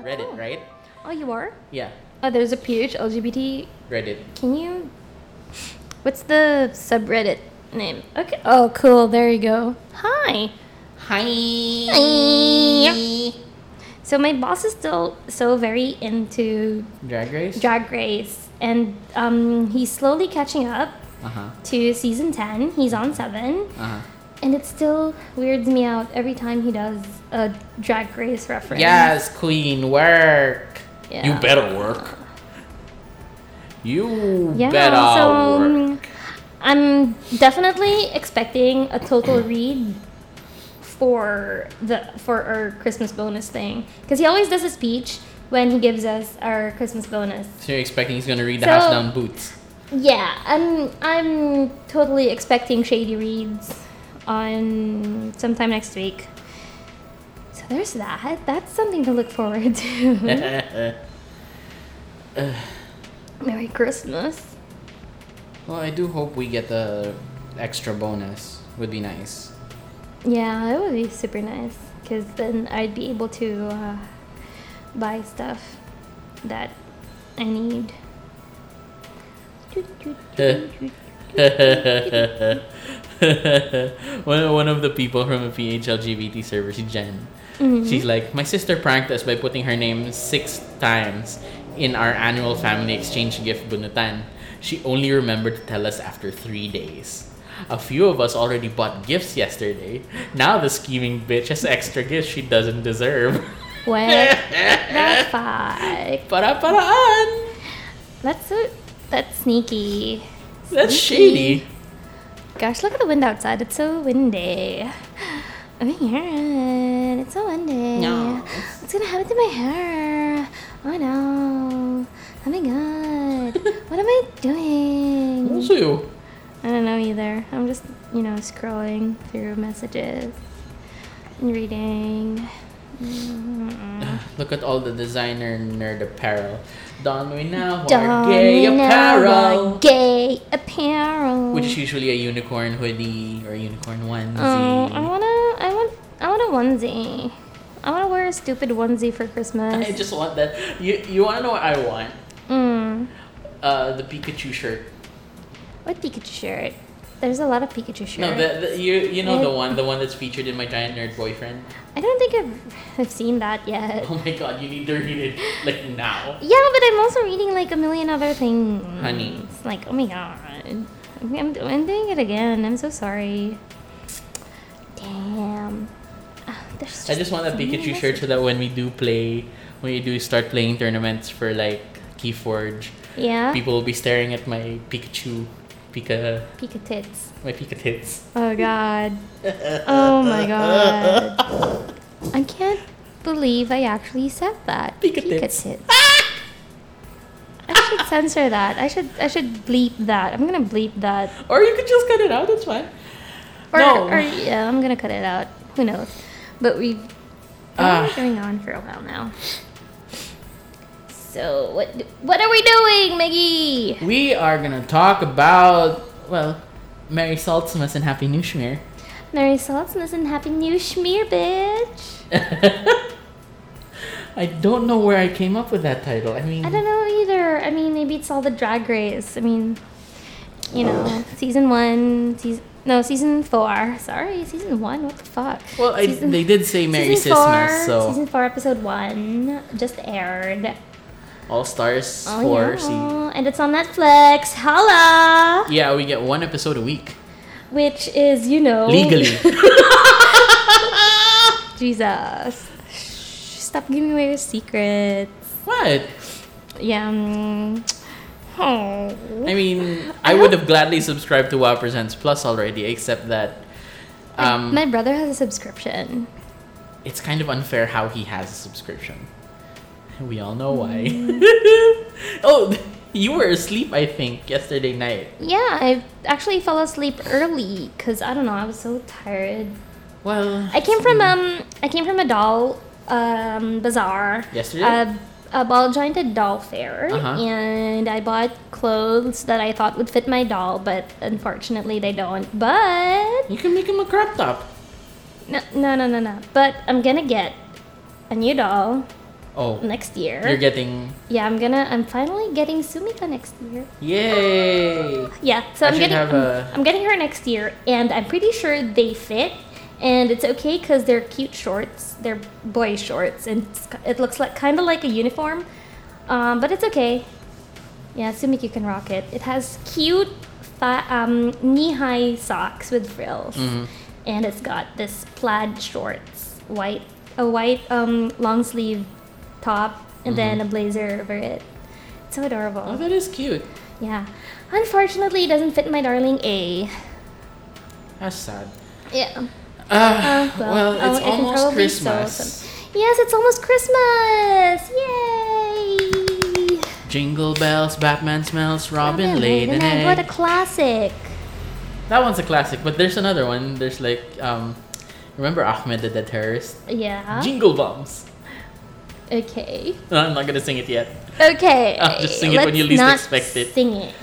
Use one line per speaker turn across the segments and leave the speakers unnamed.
Reddit, right?
Oh, you are?
Yeah,
Oh, there's a huge LGBT.
Reddit.
Can you. What's the subreddit name? Okay. Oh, cool. There you go. Hi.
Hi.
So my boss is still so very into
Drag Race.
Drag Race, and um, he's slowly catching up
uh huh.
to season 10. He's on 7.
Uh huh.
And it still weirds me out every time he does a Drag Race reference.
Yes, Queen, work.
Yeah.
You better work.
You
Yeah,
better
so
work.
um, I'm definitely expecting a total read for the for our Christmas bonus thing because he always does a speech when he gives us our Christmas bonus.
So you're expecting he's gonna read the
So-
house down boots?
Yeah, I'm I'm totally expecting shady reads on sometime next week. So there's that. That's something to look forward to.
well,
Merry Christmas.
I do hope we get the extra bonus. Would be nice.
Yeah, it would be super nice because then I'd be able to uh, buy stuff that I need.
one, one of the people from a PHLGBT service, Jen,
Mm-hmm.
she's like, My sister pranked us by putting her name six times in our annual family exchange gift, Bunutan. She only remembered to tell us after three days. A few of us already bought gifts yesterday. Now the scheming bitch has extra gifts she doesn't deserve.
What the fuck?
Para paraan!
That's so that's sneaky.
That's
Sneaky.
shady.
Gosh, look at the wind outside. It's so windy. I'm here. It's so windy.
No.
What's gonna happen to my hair? Oh no. Oh my god. what am I doing?
Also, you.
I don't know either. I'm just, you know, scrolling through messages and reading. Mm.
Look at all the designer nerd apparel. Don we now
Don't
wear gay
we know
apparel.
what Gay apparel.
Which is usually a unicorn hoodie or a unicorn onesie.
Oh, I wanna, I want, I want a onesie. I wanna wear a stupid onesie for Christmas.
I just want that. You you wanna know what I want?
Mm.
Uh, the Pikachu shirt.
What Pikachu shirt? There's a lot of Pikachu shirts.
No, the, the you you know the
Yeah.
one the one that's featured in my giant nerd boyfriend.
I don't think I've, I've seen that yet.
Oh my god, you need to read it like now.
Yeah, but I'm also reading like a million other things.
Honey.
Like, oh my god. I'm, I'm doing it again. I'm so sorry. Damn. Ah, there's
I just want a
so many
Pikachu shirt so
messages.
that when we do play, when we do start playing tournaments for like Keyforge,
Yeah?
people will be staring at my Pikachu, Pika,
Pika tits.
my Pika tits.
Oh god. Oh my god. I can't believe I actually said that.
Pika tits.
tits. I should censor that. I should I should bleep that. I'm gonna bleep that.
Or you could just cut it out. That's fine.
Or,
No.
or yeah, I'm gonna cut it out. Who knows? But we've been
Ah.
going on for a while now. So what do- what are we doing, Maggie?
We are gonna talk about well, Merry Saltsmas and Happy New Year.
Merry Saltsmas and Happy New Schmear, bitch.
I don't know where I came up with that title. I mean,
I don't know either. I mean, maybe it's all the drag race. I mean, you know, season one, season no, season four. Sorry, season one. What the fuck?
well, I,
Season-
they did say Merry
season four,
Sismas, so
season four, episode one just aired.
All Stars
Oh,
four.
yeah.
See,
and it's on Netflix. Holla!
yeah, we get one episode a week
Which is, you know,
legally.
Jesus, Shh, stop giving away your secrets.
what?
Yeah. mm. Oh.
I mean, I, would have gladly subscribed to WoW Presents Plus already, except that um,
My brother has a subscription.
it's kind of unfair how he has a subscription. We all know why.
Mm.
oh, you were asleep, I think, yesterday night.
Yeah, I actually fell asleep early because I don't know, I was so tired.
Well, hmm.
I came from um, I came from a doll um bazaar.
Yesterday?
A, a ball jointed doll fair,
Uh-huh.
and I bought clothes that I thought would fit my doll, but unfortunately they don't. But
you can make him a crop top.
no, no, no, no, no. But I'm gonna get a new doll
Oh,
next year.
you're getting
yeah, I'm gonna. I'm finally getting Sumika next year.
yay.
Yeah, so
I
I am
should
getting
have
I'm,
a-
I'm getting her next year, and I'm pretty sure they fit, and it's okay because they're cute shorts, they're boy shorts, and it's, ki- it looks like kind of like a uniform, um, but it's okay. Yeah, Sumiki can rock it. It has cute fi- um, knee-high socks with frills,
Mhm.
and it's got this plaid shorts, white a white um, long sleeve top, and then a
Mm-hmm.
blazer over it. It's so adorable.
Oh, that is cute.
Yeah. Unfortunately, it doesn't fit my darling A.
That's sad.
Yeah.
Uh,
well,
well,
oh,
it's
I can
almost
probably sew
Christmas.
some- Yes, it's almost Christmas! Yay!
Jingle bells, Batman smells, Robin, laid an egg.
What a classic!
That one's a classic, but there's another one. There's like, um, remember Ahmed the Dead Terrorist?
Yeah.
Jingle bombs.
okay.
No, I'm not gonna sing it yet.
Okay.
I'll just sing it when you least
not
expect it.
Sing it.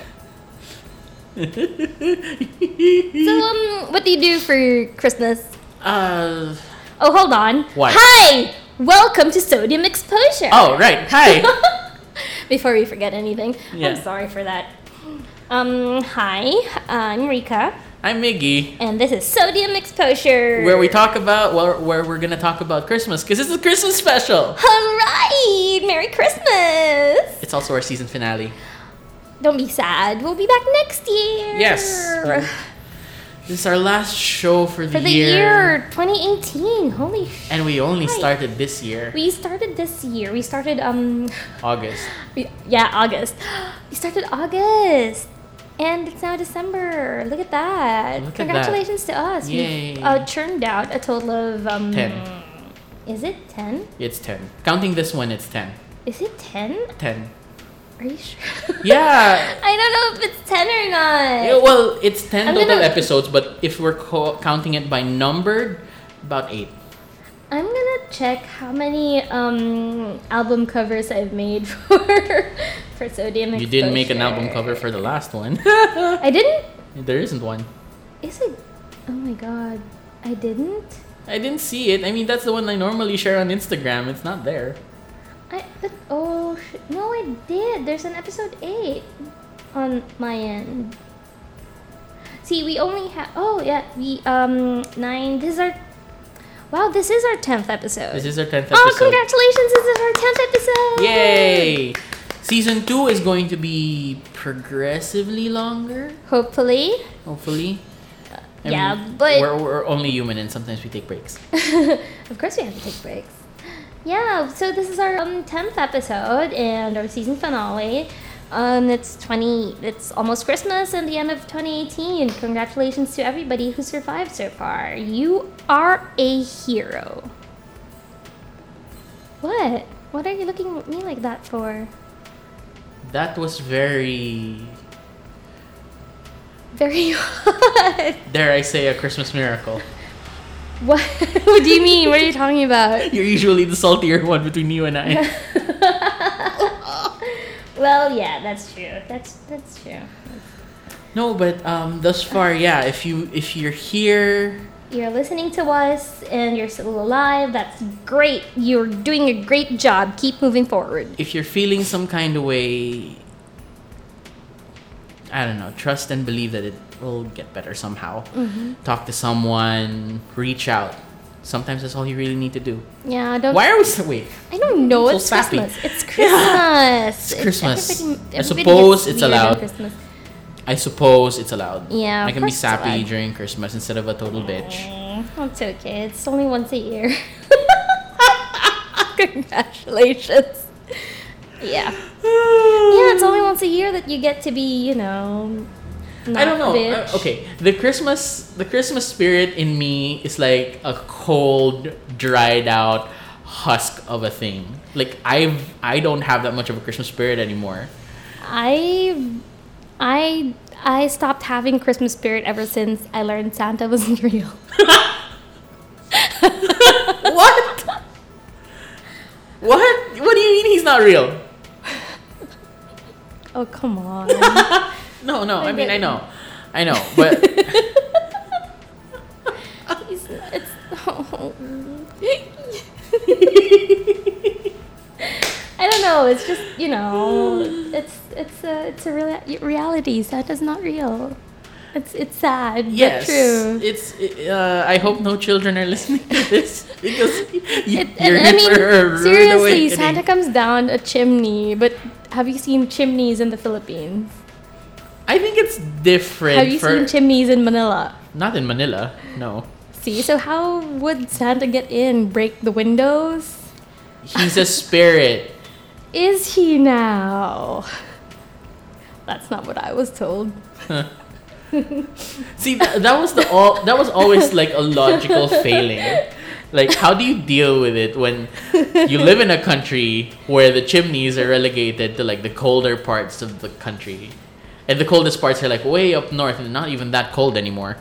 So, um, what do you do for Christmas?
uh,
Oh, hold on.
Why?
Hi! Welcome to Sodium Exposure!
oh, right. Hi.
Before we forget anything,
Yeah.
I'm sorry for that. Um, hi, I'm Rika,
I'm Miggy.
and this is Sodium Exposure.
Where we talk about where, where we're gonna talk about Christmas because this is a Christmas special.
All right, Merry Christmas!
It's also our season finale.
Don't be sad. We'll be back next year.
Yes. This is our last show for the,
For the year 2018. Holy sh!
and we only
Right.
started this year,
We started this year. We started um,
August.
we, yeah, August. We started August, and it's now December. Look at that!
Look at that.
Congratulations to us.
Yay.
We've uh, churned out a total of um,
Ten.
Is it ten?
It's ten. Counting this one, it's ten.
Is it 10?
Ten.
Are you sure?
Yeah.
I don't know if it's 10 or not.
Yeah, well, it's 10
I'm
total
gonna-
episodes, but if we're co- counting it by numbered, about eight.
I'm gonna check how many um, album covers I've made for for Sodium
You didn't make an
Exposure.
album cover for the last one.
I didn't.
there isn't one.
Is it? Oh my god. I didn't.
I didn't see it. I mean, that's the one I normally share on Instagram. It's not there.
I but oh sh- no, I did. There's an episode eight on my end. See, we only have oh yeah we um nine. This is our wow. This is our tenth episode.
This is our 10th episode.
oh, congratulations! This is our tenth episode.
Yay! Season 2 is going to be progressively longer,
Hopefully,
hopefully. I
yeah,
mean,
but-
We're, we're only human and sometimes we take breaks.
of course we have to take breaks. Yeah, so this is our um, tenth episode and our season finale. Um, it's twenty. It's almost Christmas and the end of twenty eighteen. Congratulations to everybody who survived so far. You are a hero. What? What are you looking at me like that for?
That was very.
Very what?
Dare I say a Christmas miracle?
What? what do you mean? What are you talking about?
You're usually the saltier one between you and I.
well, yeah, that's true. That's that's true.
No, but um, thus far, yeah. If you if you're here,
You're listening to us and you're still alive. That's great. You're doing a great job. Keep moving forward.
if you're feeling some kind of way, I don't know. Trust and believe that it will get better somehow.
Mm-hmm.
Talk to someone. Reach out. Sometimes that's all you really need to do.
Yeah, I don't.
Why are we so wait?
I don't know.
So
It's
sappy.
Christmas. It's Christmas.
It's Christmas. I
everybody- everybody
suppose
gets
it's
weird on
allowed.
Christmas.
I suppose it's allowed.
Yeah,
I
of
can be
course it's
sappy
allowed.
during Christmas instead of a total bitch.
Mm, That's okay. It's only once a year. Congratulations. Yeah. Yeah, it's only once a year that you get to be, you know.
I don't
not
know.
a
Uh,
bitch.
okay, the Christmas the Christmas spirit in me is like a cold, dried out husk of a thing. Like I've I don't have that much of a Christmas spirit anymore.
I, I, I stopped having Christmas spirit ever since I learned Santa wasn't real.
what? What? What do you mean he's not real?
Oh come on!
No, no. I,
I
mean, I
didn't.
know, I know, but
oh. He's- it's- no, it's just you know, it's it's a it's a real reality. Sad is not real. It's it's sad.
Yes,
but true.
it's. Uh, I hope no children are listening to this because you,
It,
you're in
and, I mean,
for a rude
seriously,
awakening.
Santa comes down a chimney. But have you seen chimneys in the Philippines?
I think it's different.
Have you
for,
seen chimneys in Manila?
Not in Manila, no.
See, so how would Santa get in? Break the windows?
He's a spirit.
Is he now? That's not what I was told.
See, tha- that was the all. That was always like a logical failing. Like, how do you deal with it when you live in a country where the chimneys are relegated to like the colder parts of the country, and the coldest parts are like way up north and not even that cold anymore.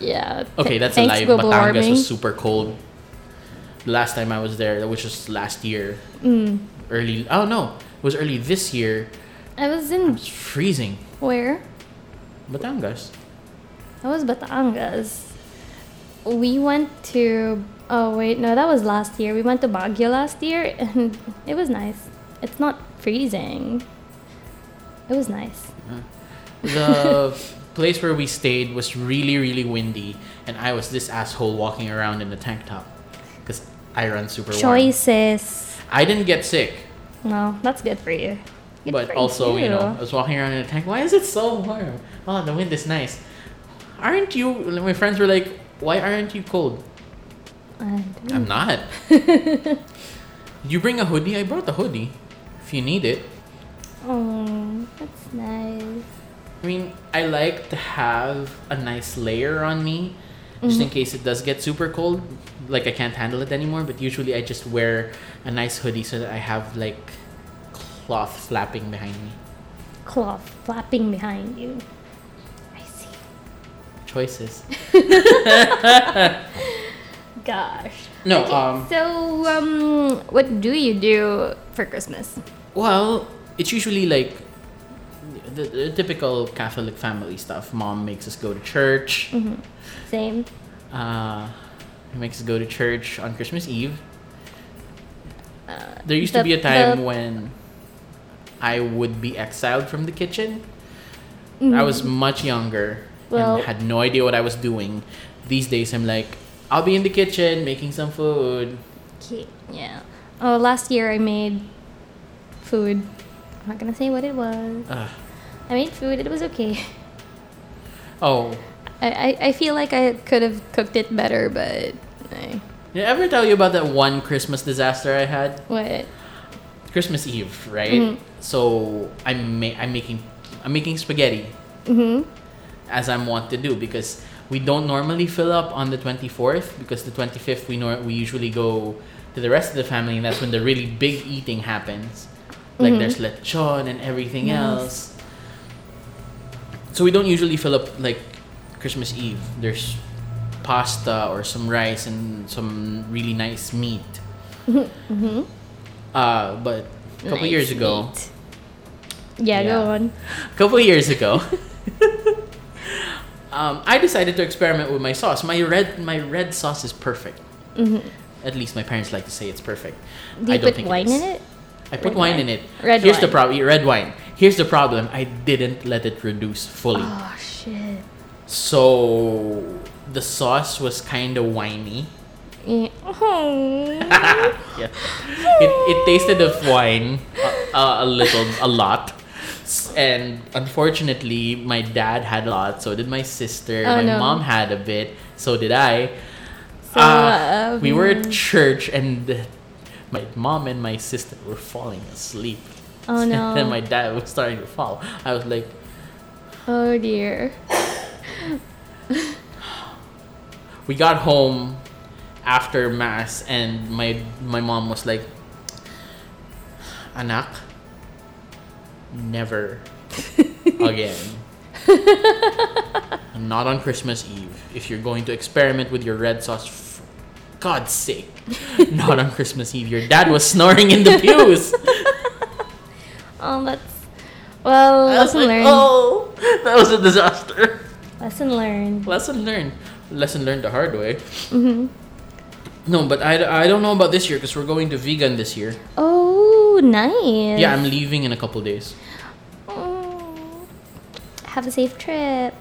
Yeah. th-
Okay, that's a
thanks,
lie.
global
Batangas
warming.
was super cold. Last time I was there, which was last year,
Mm.
early. Oh no, it was early this year.
I was
It
in
was freezing.
where?
Batangas.
That was Batangas. We went to. Oh wait, no, that was last year. We went to Baguio last year, and it was nice. It's not freezing. It was nice.
the place where we stayed was really really windy and i was this asshole walking around in a tank top because i run super
Choices.
warm i didn't get sick
No, that's good for you. Good
but
for
also you know i was walking around in a tank why is it so warm oh the wind is nice aren't you my friends were like why aren't you cold
And-
i'm not you bring a hoodie i brought the hoodie if you need it
oh, that's nice.
I mean, I like to have a nice layer on me just in case it does get super cold. Like, I can't handle it anymore, but usually I just wear a nice hoodie so that I have like cloth flapping behind me.
Cloth flapping behind you. I see.
Choices.
Gosh.
No,
Okay,
um,
so um, what do you do for Christmas?
well, it's usually like the, the typical Catholic family stuff. Mom makes us go to church.
Same.
Uh, he makes us go to church on Christmas Eve. there used
Uh, the-
to be a time
the-
when I would be exiled from the kitchen. I was much younger
Mm-hmm. Well-
and had no idea what I was doing. These days, I'm like, I'll be in the kitchen making some food.
Cute. Yeah. Oh, last year I made food. I'm not gonna say what it was.
Ugh.
I made food. It was okay.
oh,
I, I, I feel like I could have cooked it better, but eh,
did I ever tell you about that one Christmas disaster I had?
what?
Christmas Eve, right?
Mhm.
So I'm ma- I'm making I'm making spaghetti
Mm-hmm.
as I'm wont to do because we don't normally fill up on the 24th because the 25th we nor- we usually go to the rest of the family and that's when the really big eating happens.
Mm-hmm.
Like there's lechon and everything
Nice.
else. So we don't usually fill up like Christmas Eve. There's pasta or some rice and some really nice meat.
Mm-hmm.
Uh, but a couple years ago,
Yeah, go
Yeah.
on.
a couple years ago, um, I decided to experiment with my sauce. My red, my red sauce is perfect. At least my parents like to say it's perfect.
Mm-hmm. Do
I
you
don't
put
think
wine
is.
in it?
I put
Red
wine,
wine.
in it.
Red
Here's the
wine.
problem. Red wine. Here's the problem. I didn't let it reduce fully,
Oh shit.
so the sauce was kind of winey.
Yeah. Oh.
yeah. It, it tasted of wine a, a, a little, a lot. S- And unfortunately, my dad had a lot, so did my sister.
Oh,
my
no.
mom had a bit, so did I.
So,
Uh, we were at
um,
church, and my mom and my sister were falling asleep.
Oh no.
and then my dad was starting to fall. I was like,
Oh dear.
we got home after mass and my my mom was like anak never again not on christmas eve if you're going to experiment with your red sauce for god's sake not on christmas eve your dad was snoring in the pews
Oh, that's well.
I was
Lesson
like,
learned.
Uh, oh that was a disaster
Lesson learned.
Lesson learned. Lesson learned the hard way. Mm-hmm. No, but I, I don't know about this year because we're going to vegan this year.
Oh, nice.
Yeah, I'm leaving in a couple days.
Oh. Have a safe trip.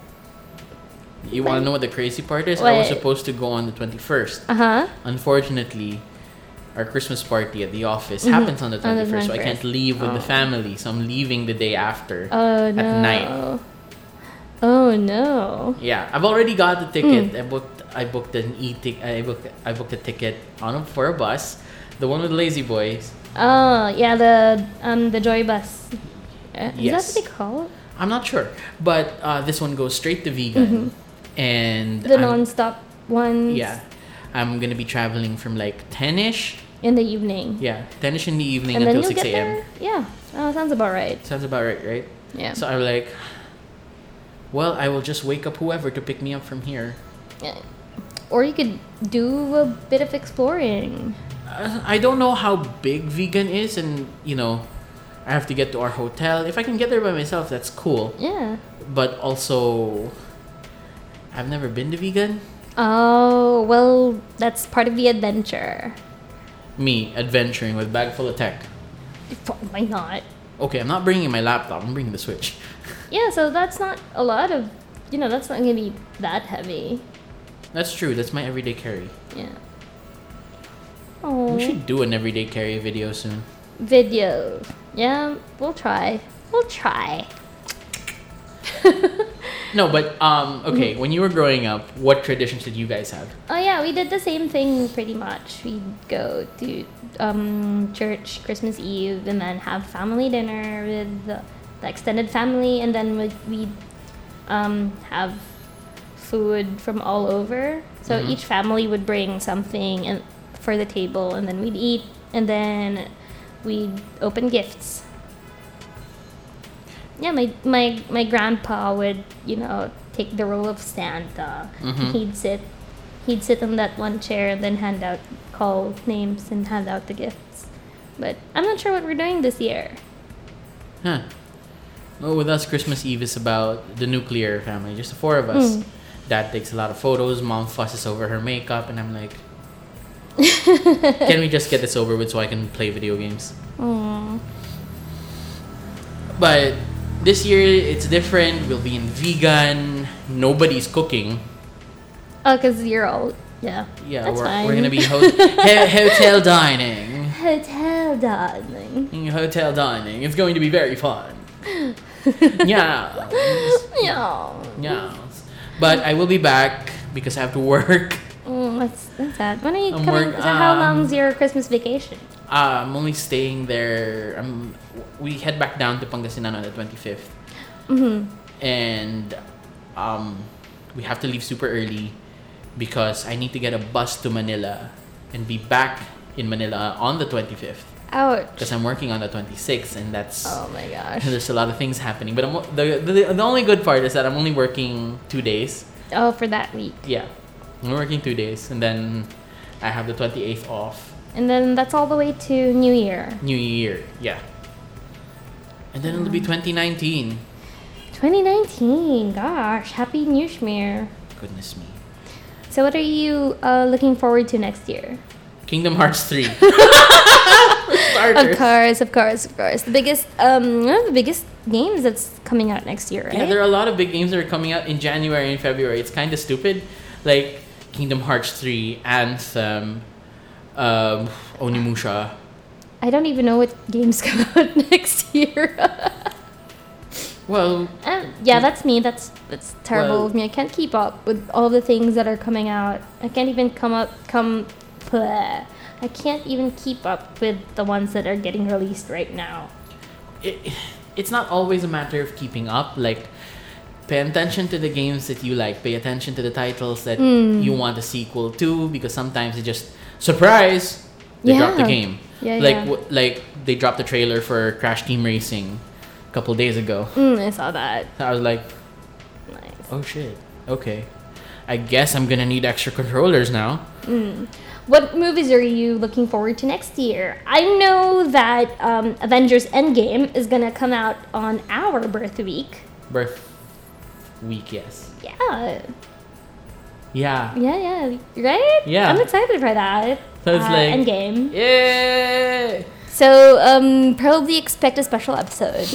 You want to know what the crazy part is? I was
What?
supposed to go on the 21st.
Uh huh.
Unfortunately, our Christmas party at the office happens on the 21st,
Mm-hmm. On the
so I
21st.
can't leave with the
Oh.
family. So I'm leaving the day after.
Oh no.
night.
Oh no.
Yeah, I've already got the
Mm.
ticket. I booked. I booked an e ticket. I booked. I booked a ticket on a, for a bus, the one with lazy boys.
Oh yeah, the um the joy bus. Uh,
Yes.
Is that what they call it?
I'm not sure, but uh, this one goes straight to vegan, and
Mm-hmm. The
I'm-
non-stop ones.
Yeah, I'm gonna be traveling from like ten ish.
In the evening.
Yeah, ten ish in the evening
And then
until
you'll
six
get
a.m.
there. Yeah. Oh, sounds about right.
Sounds about right, right?
Yeah.
So I'm like, well, I will just wake up whoever to pick me up from here.
Yeah. Or you could do a bit of exploring.
Uh, I don't know how big vegan is, and you know, I have to get to our hotel. If I can get there by myself, that's cool.
Yeah.
But also, I've never been to vegan.
Oh well, that's part of the adventure.
Me adventuring with bag full of tech.
Why not?
Okay, I'm not bringing my laptop. I'm bringing the Switch.
Yeah, so that's not a lot of, you know, that's not gonna be that heavy.
That's true. That's my everyday carry.
Yeah. Oh.
We should do an everyday carry video soon.
Video. Yeah, we'll try. We'll try.
No, but um, okay. When you were growing up, what traditions did you guys have?
Oh yeah, we did the same thing pretty much. We'd go to um, church Christmas Eve and then have family dinner with the, the extended family, and then we'd, we'd um, have food from all over. So
Mhm.
each family would bring something and for the table, and then we'd eat, and then we'd open gifts. Yeah, my my my grandpa would you know take the role of Santa.
Mhm.
He'd sit, he'd sit on that one chair and then hand out call names and hand out the gifts. But I'm not sure what we're doing this year.
Huh. Well, with us, Christmas Eve is about the nuclear family, just the four of us.
Mm.
Dad takes a lot of photos. Mom fusses over her makeup, and I'm like, can we just get this over with so I can play video games?
Aww.
But this year it's different. We'll be in vegan. Nobody's cooking.
Oh, cause you're all yeah.
Yeah,
that's
we're,
fine.
we're gonna be ho- he- hotel dining.
hotel darling.
Hotel dining. It's going to be very fun. yeah.
Yeah.
Yeah. But I will be back because I have to work.
Mm, that's that's sad. When are you
I'm
coming?
work-
so how
um,
long's your Christmas vacation?
Uh, I'm only staying there. Um, we head back down to Pangasinan on the 25th.
hmm
And um, we have to leave super early because I need to get a bus to Manila and be back in Manila on the 25th
Ouch.
because I'm working on the 26th and that's.
Oh my gosh.
There's a lot of things happening, but I'm, o- the, the the only good part is that I'm only working two days,
Oh, for that week.
Yeah. I'm working two days and then I have the 28th off.
And then that's all the way to New Year.
New Year. Yeah. And then it'll be 2019.
2019. Gosh, happy New Schmear.
Goodness me.
So, what are you uh, looking forward to next year?
Kingdom Hearts 3. For
Of
starters.
course, of course, of course. The biggest, um, one of the biggest games that's coming out next year, right?
Yeah, there are a lot of big games that are coming out in January and February. It's kind of stupid. Like Kingdom Hearts 3, Anthem, um, Onimusha.
I don't even know what games come out next year.
Well,
um, yeah, that's me. That's that's terrible
Well-
of me. I can't keep up with all the things that are coming out. I can't even come up come. bleh. I can't even keep up with the ones that are getting released right now.
it, it's not always a matter of keeping up. Like, pay attention to the games that you like. Pay attention to the titles that
Mm.
you want a sequel to, because sometimes it just surprise. They drop the
Yeah.
game.
Yeah,
like
yeah.
W- like they dropped the trailer for Crash Team Racing a couple days ago.
Mm, I saw that.
So I was like,
Nice.
oh shit, okay. I guess I'm gonna need extra controllers now.
What movies are you looking forward to next year? I know that um, Avengers Endgame is gonna come out on our birth week.
Birth week, yes.
Yeah,
Yeah.
yeah, yeah, right?
Yeah.
I'm excited for that. Uh,
So it's like-
Endgame.
Yay!
So um, probably expect a special episode.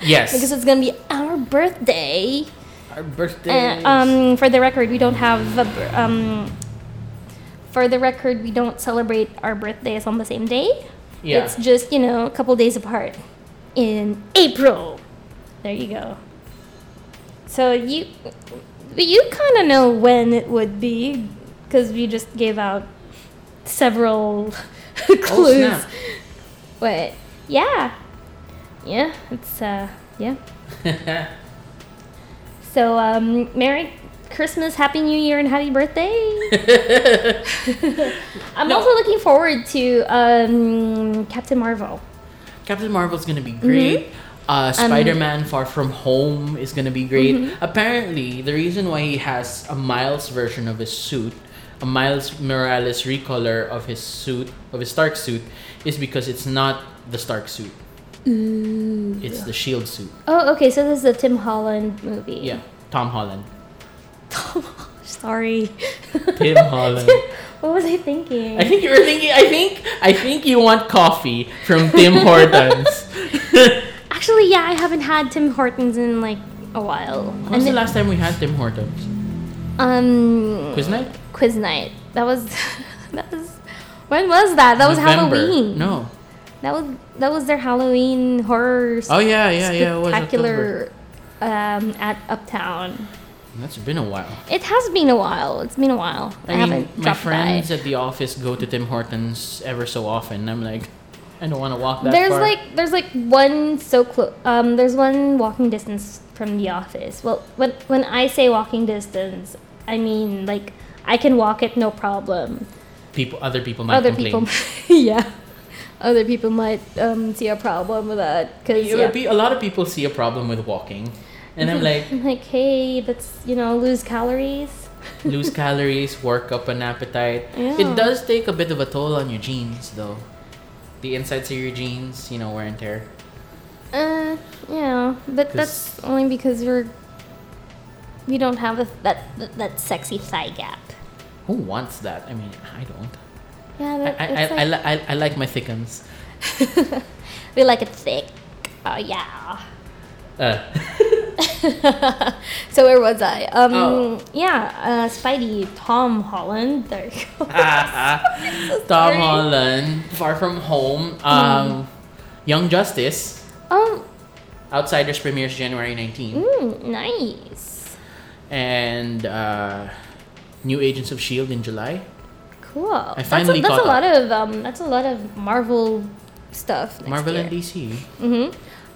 Yes.
because it's gonna be our birthday.
Our birthday.
Uh, um, for the record, we don't have a, bir- um, for the record, we don't celebrate our birthdays on the same day.
yeah.
It's just you know a couple days apart in April. There you go. So you, but you kind of know when it would be because we just gave out several clues.
Oh, snap.
But yeah, yeah, it's uh, yeah. So, um, Merry Christmas, Happy New Year, and Happy Birthday. I'm
No.
also looking forward to um, Captain Marvel.
Captain Marvel's gonna be great.
Mm-hmm.
Uh, Spider Man Far From Home is gonna be great.
Mm-hmm.
Apparently, the reason why he has a Miles version of his suit, a Miles Morales recolor of his suit, of his Stark suit, is because it's not the Stark suit.
Mm,
It's the Shield E suit.
Oh, okay, so this is the Tim Holland movie.
Yeah, Tom Holland.
Sorry.
Tim Holland.
what was I thinking?
I think you were thinking. I think. I think you want coffee from Tim Hortons.
Actually, yeah, I haven't had Tim Hortons in like a while.
when was the
And-
last time we had Tim Hortons?
Um,
Quiz night?
quiz night. That was. that was. When was that? That was
November.
Halloween.
No.
That was that was their Halloween horror.
Oh yeah, yeah, yeah. It was October.
spectacular um, at Uptown.
That's been a while.
It has been a while. It's been a while. I,
I, mean,
haven't
my
dropped
friends
by.
at the office go to Tim Hortons ever so often. I'm like, I don't want to walk that
There's
far.
like there's like one so close. Um, there's one walking distance from the office. Well, when when I say walking distance, I mean like I can walk it no problem.
people, other people might
Other
complain.
people, yeah. Other people might um, see a problem with that because
It would be- a lot of people see a problem with walking, and I'm like,
I'm like, hey, that's you know lose calories.
lose calories, work up an appetite.
Yeah.
It does take a bit of a toll on your jeans, though. The insides of your jeans, you know, wear and tear.
Uh, yeah, but that's only because we're we don't have a, that, that that sexy thigh gap.
Who wants that? I mean, I don't.
Yeah,
I
that,
I, I,
it's
I,
like,
li- I, I like my thickums.
we like it thick. Oh yeah.
Uh,
so where was I? Um,
Oh.
yeah, uh, Spidey, Tom Holland. There you go.
Ah, Tom Holland, Far From Home,
Mm.
um, Young Justice,
Oh,
Outsiders premieres January 19,
mm, nice,
and uh, New Agents of S.H.I.E.L.D. E in July.
cool.
finally
that's a, that's
caught
a lot of um, that's a lot of Marvel stuff. Next
Marvel
year.
and DC.
Mm-hmm.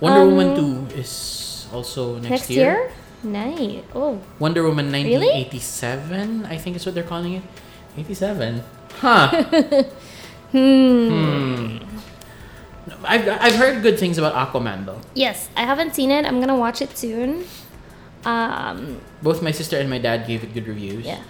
Wonder
Um,
Woman 2 is also next,
Next,
year.
year? Nice. Oh,
Wonder Woman
Really?
1987, I think is what they're calling it. 87. Huh.
hmm.
hmm. I've, I've heard good things about Aquaman though.
Yes, I haven't seen it. I'm gonna watch it soon. Um,
Both my sister and my dad gave it good reviews.
yeah,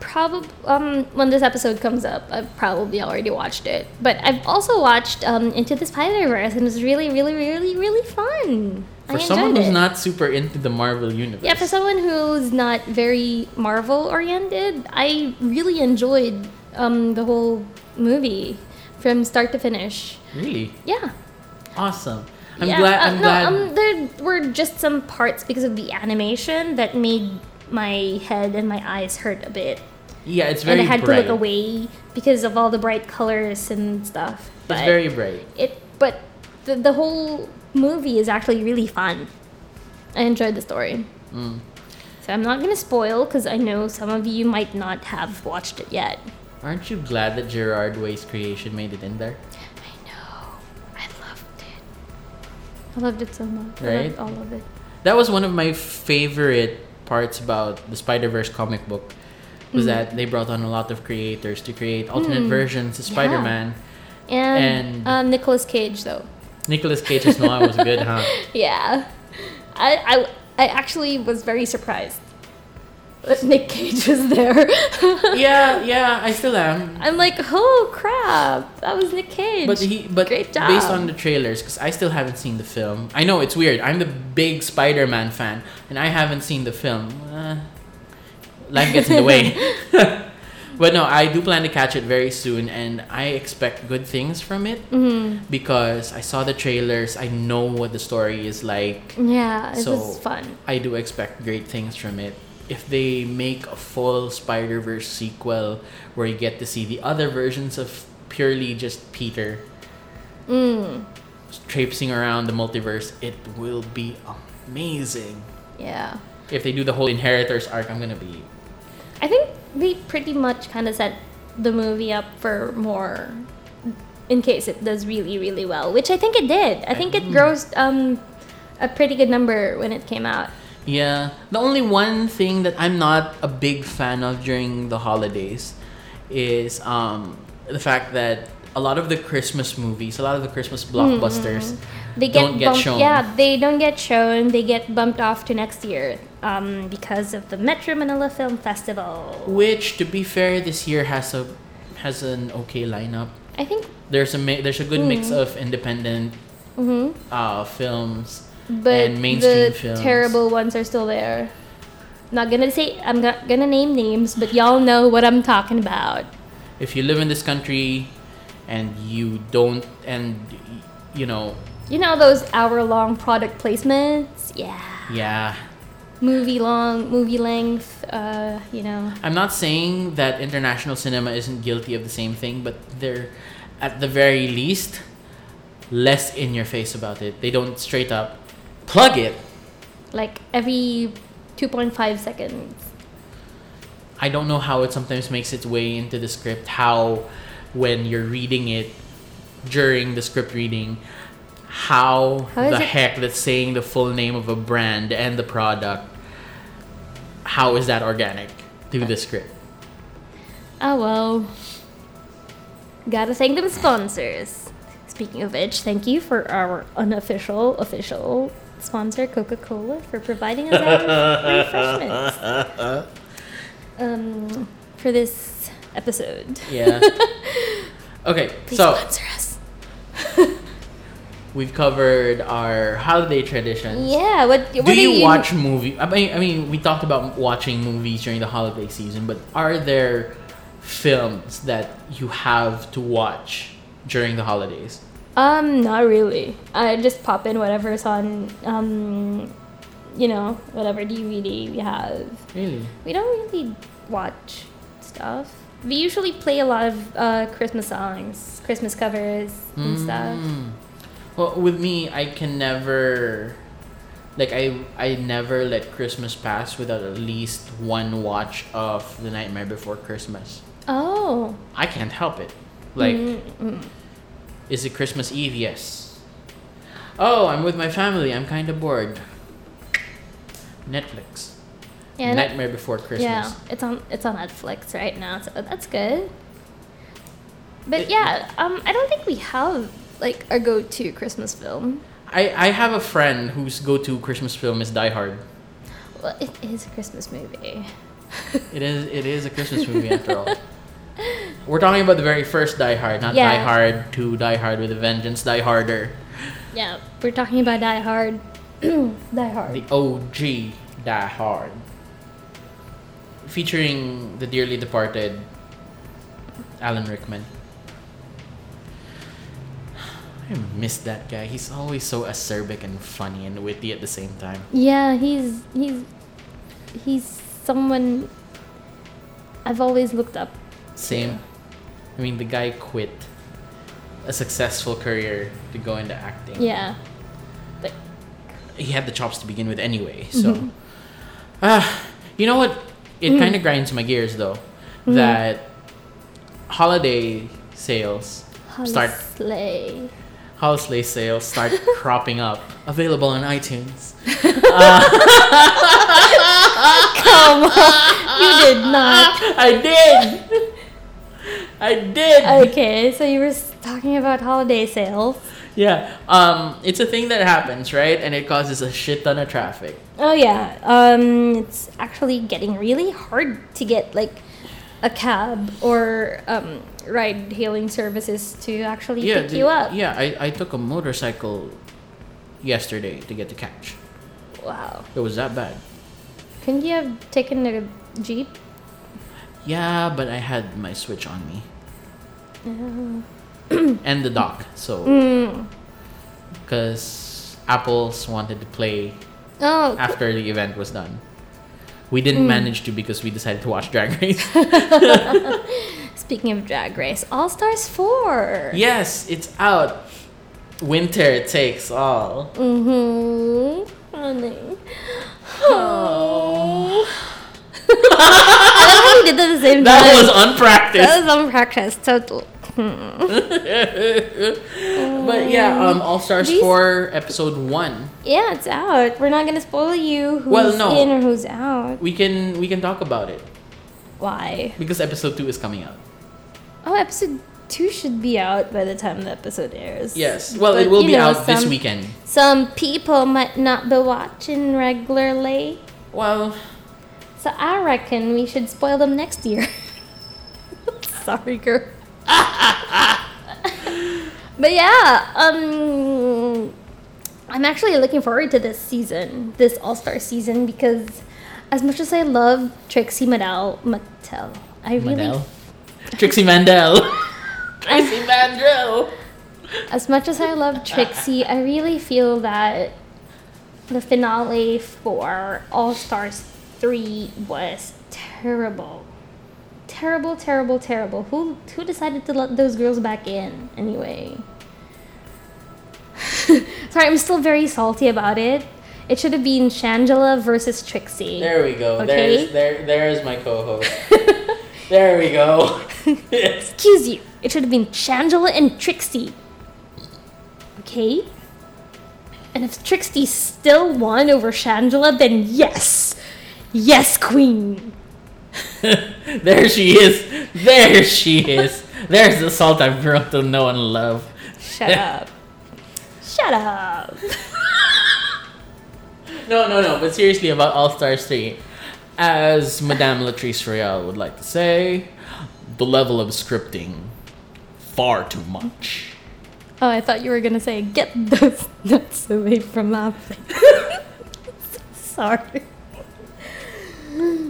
probably um, when this episode comes up, I've probably already watched it. But I've also watched um, Into the Spider Verse, and it was really, really, really, really fun.
For
I
someone
enjoyed
who's
it.
not super into the Marvel universe.
yeah, for someone who's not very Marvel oriented, I really enjoyed um, the whole movie from start to finish.
Really?
Yeah.
Awesome. I'm
Yeah,
glad
uh,
I'm glad
No, um, there were just some parts because of the animation that made my head and my eyes hurt a bit,
Yeah, it's very
and I had
bright.
to look away because of all the bright colors and stuff. But
It's very bright.
it, but the, the whole movie is actually really fun. I enjoyed the story,
Mm.
so I'm not gonna spoil because I know some of you might not have watched it yet.
Aren't you glad that Gerard Way's creation made it in there?
I know, I loved it. I loved it so much. I
Right?
loved all of it.
That was one of my favorite parts about the Spider Verse comic book, was
Hmm.
that they brought on a lot of creators to create alternate versions of Spider Man.
And,
And-
um, Nicolas Cage though.
Nicholas Cage's Noir was good, huh?
Yeah. I, I, I actually was very surprised that Nick Cage was there.
Yeah, yeah, I still am.
I'm like, oh crap, that was Nick Cage.
But he, but
Great job.
based on the trailers, because I still haven't seen the film. I know it's weird. I'm the big Spider-Man fan, Eh, and I haven't seen the film. Uh, life gets in the way. But no, I do plan to catch it very soon, and I expect good things from it
hmm
because I saw the trailers. I know what the story is like.
Yeah, it
So-
was fun.
I do expect great things from it. If they make a full Spider Verse sequel where you get to see the other versions of purely just Peter
Mm.
traipsing around the multiverse, it will be amazing.
Yeah.
If they do the whole Inheritors arc, I'm gonna be
I think they pretty much kind of set the movie up for more in case it does really, really well, which I think it did. I think it
Mm.
grossed um, a pretty good number when it came out.
Yeah. The only one thing that I'm not a big fan of during the holidays is um, the fact that a lot of the Christmas movies, a lot of the Christmas blockbusters,
They get,
Don't get
bumped,
shown.
Yeah, they don't get shown. They get bumped off to next year um, because of the Metro Manila Film Festival.
which to be fair this year has a has an okay lineup.
I think,
There's a mi- there's a good mix
Mm.
of independent
mhm.
uh, films.
but
And mainstream
the
films.
terrible ones are still there. Not gonna say I'm not gonna name names, but y'all know what I'm talking about.
If you live in this country and you don't and y- you know,
You know those hour long product placements? Yeah.
yeah,
Movie long, movie length, uh, you know.
I'm not saying that international cinema isn't guilty of the same thing, but they're at the very least less in your face about it. They don't straight up plug it.
Like every 2.5 seconds.
I don't know how it sometimes makes its way into the script, how when you're reading it during the script reading, how,
How is
the
it-
heck that's saying the full name of a brand and the product, how is that organic to the script?
Oh well. Gotta thank them sponsors. Speaking of which, thank you for our unofficial, official sponsor, Coca Cola, for providing us our refreshments um, for this episode.
Yeah. Okay,
Please
so
sponsor us.
We've covered our holiday traditions.
Yeah, what, what
Do you,
you
watch movie? I mean, I mean, we talked about watching movies during the holiday season, but are there films that you have to watch during the holidays?
Um, not really. I just pop in whatever's on, um, you know, whatever DVD we have.
Really?
We don't really watch stuff. We usually play a lot of uh, Christmas songs, Christmas covers and stuff.
Mm. Well, with me, I can never, like, I I never let Christmas pass without at least one watch of The Nightmare Before Christmas.
Oh,
I can't help it. Like.
mm, mm.
Is it Christmas Eve? Yes. Oh, I'm with my family. I'm kind of bored. Netflix.
yeah, that-
Nightmare Before Christmas.
yeah, it's on it's on Netflix right now, so that's good. But
It-
yeah, um, I don't think we have like a go-to Christmas film.
I, I have a friend whose go to Christmas film is Die Hard.
Well, it is a Christmas movie.
It is it is a Christmas movie after all. We're talking about the very first Die Hard, not
Yeah.
Die Hard 2, Die Hard with a Vengeance, Die Harder.
Yeah, we're talking about Die Hard. Die Hard.
The OG Die Hard. Featuring the dearly departed Alan Rickman. I miss that guy. He's always so acerbic and funny and witty at the same time.
yeah, he's he's he's someone I've always looked up.
Same. I mean, the guy quit a successful career to go into acting.
Yeah. But
He had the chops to begin with anyway, so.
Mm-hmm.
Ah, you know what? It
Mm.
kind of grinds my gears though that holiday sales
Hollis
start
Slay.
holiday sales start cropping up available on iTunes.
Come on, you did not.
I did. I did.
Okay, so you were s- talking about holiday sales.
yeah. Um it's a thing that happens, right? And it causes a shit ton of traffic.
Oh yeah, um, it's actually getting really hard to get like a cab or um, ride-hailing services to actually
yeah.
pick
the-
you up.
Yeah, I, I took a motorcycle yesterday to get to catch.
Wow.
It was that bad.
Couldn't you have taken a jeep?
Yeah, but I had my Switch on me
Oh.
and the dock, so
Mm.
because Apple's wanted to play
Oh,
after the event was done. We didn't
Mm.
manage to because we decided to watch Drag Race.
speaking of Drag Race, All Stars 4.
yes, it's out. Winter takes all.
Mm-hmm. Honey.
Oh.
I love how we did that at the same
That
time.
was unpracticed.
that was on practice. Total. Hmm.
But yeah, um, All Stars
These-
4 episode 1.
Yeah, it's out. We're not gonna spoil you who's
Well, no.
in or who's out.
We can we can talk about it
Why?
because episode 2 is coming out.
Oh, episode two should be out by the time the episode airs.
Yes. Well, it
But,
will
you
be
know,
out this
some-
weekend.
Some people might not be watching regularly,
Well,
so I reckon we should spoil them next year. Sorry, girl. but yeah, um, I'm actually looking forward to this season, this All Star season, because as much as I love Trixie Mattel, Mattel, I really
Mandel. Trixie Mandel. Trixie Mandel.
As much as I love Trixie, I really feel that the finale for All Stars 3 was terrible. Terrible, terrible, terrible. Who who decided to let those girls back in anyway? Sorry, I'm still very salty about it. It should have been Shangela versus Trixie.
There we go.
Okay.
There's there there is my co-host. there we go.
Excuse you. It should have been Shangela and Trixie. Okay? And if Trixie still won over Shangela, then yes. Yes, queen.
there she is. There she is. There's the salt I've grown to know and love.
Shut up. Shut up.
No, no, no. But seriously, about All Stars 3. As Madame Latrice Royale would like to say, the level of scripting far too much.
Oh, I thought you were going to say, get those nuts away from my place. sorry.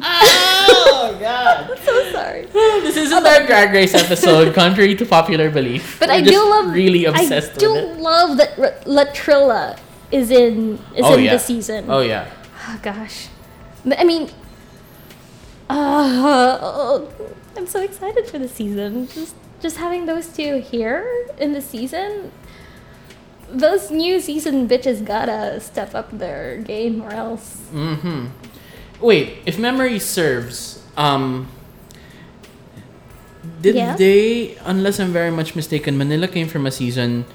oh god.
So sorry.
This isn't our Drag Race episode, contrary to popular belief.
Um, But
We're
I
just
do love.
really obsessed
I do
with it.
love that R- Latrilla is in is
Oh,
in
yeah.
the season.
Oh yeah.
Oh gosh, but, I mean, uh, I'm so excited for the season. Just just having those two here in the season, those new season bitches gotta step up their game, or else.
Mm-hmm. Wait, if memory serves, um did
Yeah?
they unless I'm very much mistaken, Manila came from a season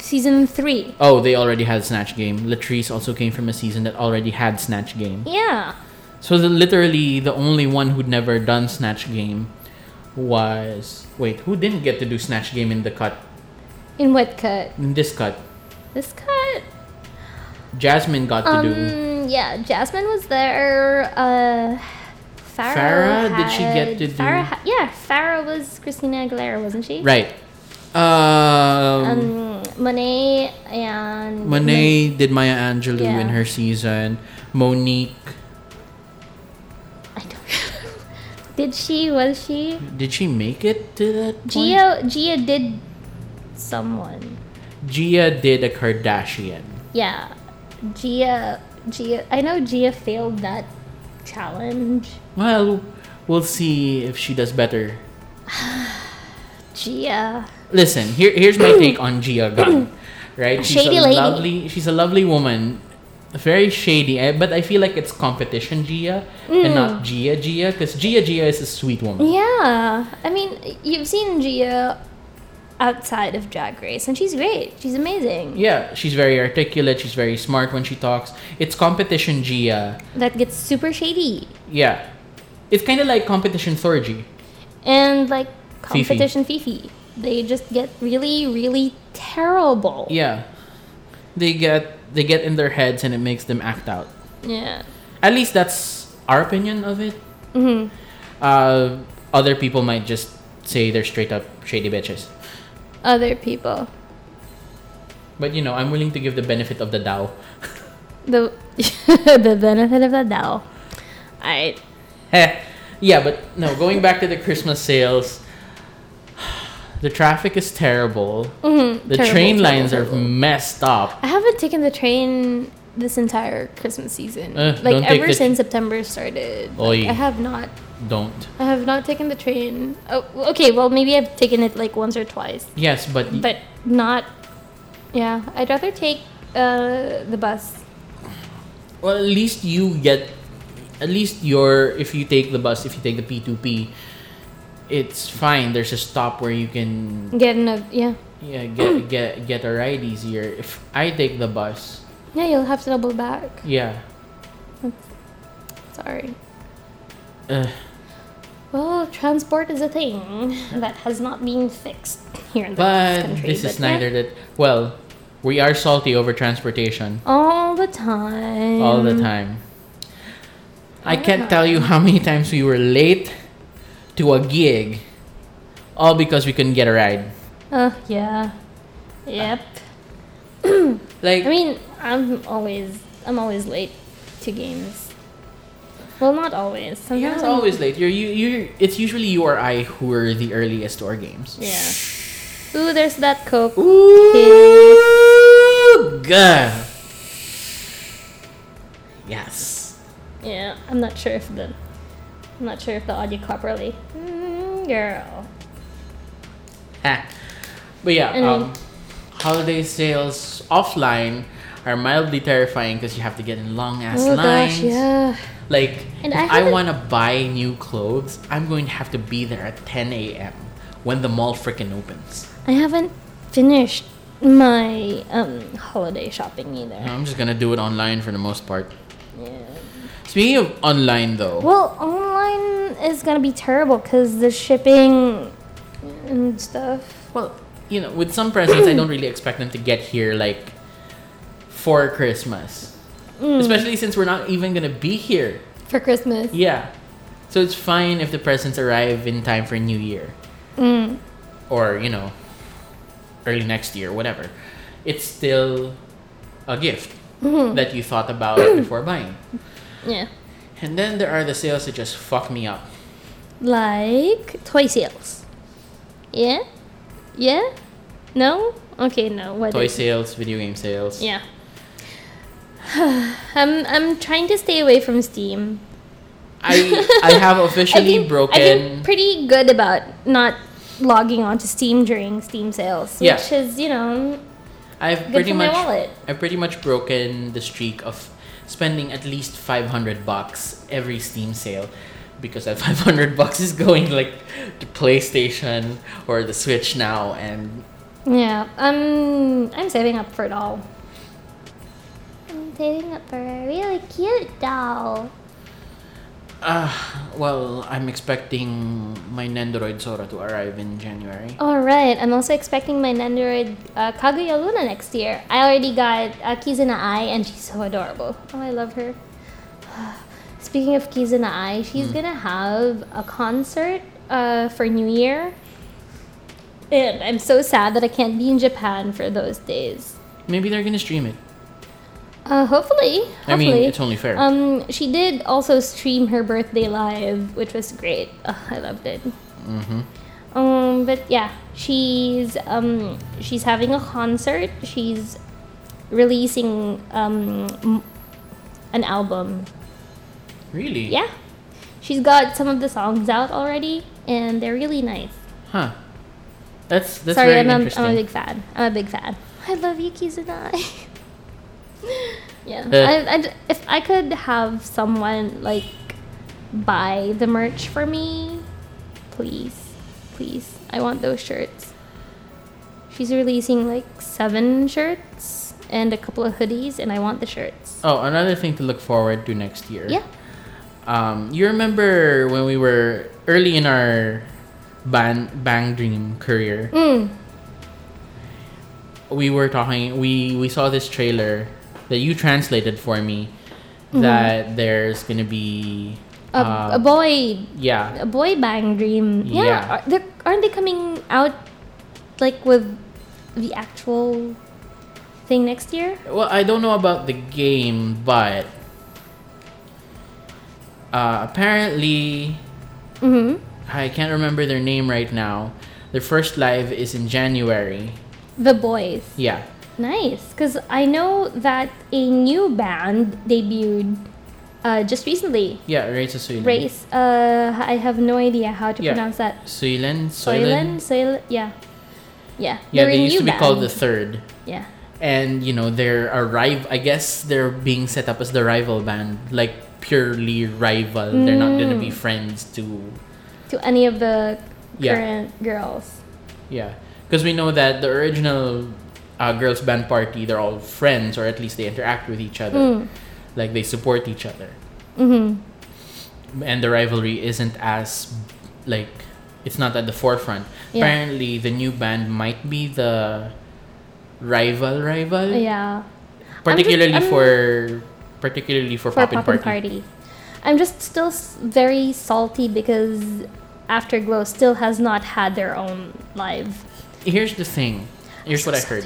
Season three.
oh, they already had Snatch Game. Latrice also came from a season that already had Snatch Game.
Yeah.
So the, literally the only one who'd never done Snatch Game was wait, who didn't get to do Snatch Game in the cut
In what cut?
in this cut?
This cut.
Jasmine got to do
Um. Yeah, Jasmine was there. Uh, Farah.
Farah, did she get
had-
to do-
Farah, ha- yeah, Farah was Christina Aguilera, wasn't she?
Right. Um,
Um, Monet and
Monet did Maya Angelou
Yeah.
in her season. Monique
I don't. did she? Was she?
Did she make it to that point?
Gia. Gia did someone.
Gia did a Kardashian.
Yeah, Gia. Gia. I know Gia failed that challenge.
Well, we'll see if she does better.
Gia.
Listen, here, here's my take on Gia Gunn. Right?
Shady
a
lady.
lovely she's a lovely woman. Very shady, eh, but I feel like it's competition Gia
Mm.
and not Gia Gia because Gia Gia is a sweet woman.
Yeah, I mean, you've seen Gia outside of Drag Race, and she's great. She's amazing.
Yeah, she's very articulate, she's very smart when she talks. It's competition Gia.
That gets super shady
Yeah. It's kind of like competition Thorgy.
and like
Fifi.
competition Fifi. They just get really, really terrible.
Yeah. They get they get in their heads and it makes them act out.
Yeah.
At least that's our opinion of it.
hmm
Uh, other people might just say they're straight up shady bitches.
Other people.
But you know, I'm willing to give the benefit of the doubt.
The the benefit of the doubt. I
Heh. Yeah, but no, going back to the Christmas sales, the traffic is terrible.
Mm-hmm.
The train lines are messed up.
I haven't taken the train this entire Christmas season.
Ugh, Eh, don't
like
take the
ever since September started.
Oy.
Like, I have not.
Don't.
I have not taken the train. Oh, okay. Well, maybe I've taken it like once or twice,
Yes, but,
but not. Yeah, I'd rather take uh, the bus.
well, at least you get, at least your if you take the bus, if you take the P two P, it's fine. There's a stop where you can
Get in a yeah.
yeah, get get get a ride easier. If I take the bus,
Yeah, you'll have to double back.
yeah,
Sorry. Uh,
Ugh.
Well, transport is a thing that has not been fixed here in the
But
country.
this is
but yeah,
neither that. Well, we are salty over transportation
all the time.
all the time. I
all the
can't tell you how many times we were late to a gig, all because we couldn't get a ride.
Uh, yeah. Yep.
Like
I mean, I'm always I'm always late to games. Well, not always. Sometimes
you're not
I'm-
always late. You're you you. It's usually you or I who are the earliest to our games.
Yeah. Ooh, there's that coke.
Ooh, God. Yes.
Yeah, I'm not sure if the I'm not sure if the audio caught properly. Mm, girl.
Ah. But yeah,
And-
um, holiday sales offline are mildly terrifying because you have to get in long ass
oh
lines.
gosh, yeah.
Like,
And I
if I,
haven't-
want to buy new clothes, I'm going to have to be there at 10 a.m. when the mall freaking opens.
I haven't finished my um holiday shopping either.
I'm just gonna do it online for the most part.
Yeah.
Speaking of online though,
Well, online is gonna be terrible because the shipping and stuff.
well, you know, with some presents, I don't really expect them to get here like for Christmas,
Mm.
especially since we're not even gonna be here.
For Christmas.
Yeah. So it's fine if the presents arrive in time for New Year.
Mm.
Or, you know, early next year, whatever. It's still a gift
Mm-hmm.
that you thought about before buying.
Yeah.
And then there are the sales that just fuck me up.
Like toy sales. Yeah? Yeah? No? Okay, no. What
Toy
is-
sales, video game sales.
Yeah. I'm I'm trying to stay away from Steam.
I I have officially broken
I've been pretty good about not logging onto Steam during Steam sales,
Yeah.
which is, you know,
I've
good
pretty
for my
much
wallet.
I've pretty much broken the streak of spending at least 500 bucks every Steam sale because that 500 bucks is going like to PlayStation or the Switch now and
Yeah, I'm Um, I'm saving up for a doll. I'm saving up for a really cute doll.
uh, well I'm expecting my Nendoroid Sora to arrive in January.
All right, I'm also expecting my Nendoroid uh, Kaguya Luna next year. I already got uh, Kizuna Ai, and she's so adorable. Oh, I love her. Speaking of Kizuna Ai, she's
Hmm.
gonna have a concert uh, for New Year, and I'm so sad that I can't be in Japan for those days.
Maybe they're gonna stream it.
Uh, hopefully, hopefully.
I mean it's only fair.
Um, she did also stream her birthday live, which was great. Ugh, I loved it.
hmm
Um, but yeah, she's um, she's having a concert. She's releasing um, m- an album.
Really?
Yeah, she's got some of the songs out already, and they're really nice.
Huh. That's that's very
Sorry, I'm a,
interesting.
I'm a big fan. I'm a big fan. I love Yuki's and I. yeah.
Eh.
I, I d- if I could have someone like buy the merch for me, please, please. I want those shirts. She's releasing like seven shirts and a couple of hoodies, and I want the shirts.
oh, another thing to look forward to next year.
Yeah.
Um, you remember when we were early in our ban- Bang Dream career?
Mm.
We were talking. We we saw this trailer that you translated for me. That there's gonna be.
Mm-hmm. A,
uh,
a boy,
yeah.
a boy bang dream. Yeah.
Yeah.
Are, they're- aren't they coming out like with the actual thing next year?
Well, I don't know about the game, but uh, apparently
hmm
I can't remember their name right now. Their first live is in January.
The boys.
Yeah.
Nice, because I know that a new band debuted uh, just recently.
Yeah, Race of Soylent.
Race. Uh, I have no idea how to
Yeah.
pronounce that.
Soylent? Soylent?
Soylent. Soylent. Yeah. Yeah.
Yeah,
They're a
they used
new
to be
band.
called the Third.
Yeah.
And, you know, they're a rival. I guess they're being set up as the rival band. Like, purely rival. They're not going to
Mm.
be friends to.
To any of the
Yeah.
current girls.
Yeah. Because we know that the original uh, girls' band party, they're all friends, or at least they interact with each other.
Mm.
Like, they support each other.
hmm
and the rivalry isn't as like it's not at the forefront.
Yeah.
Apparently, the new band might be the rival rival,
Yeah.
particularly
I'm-
for particularly for,
for
Poppin'
Poppin'
Party.
Party. I'm just still s- very salty because Afterglow still has not had their own live.
Here's the thing. Here's what I heard.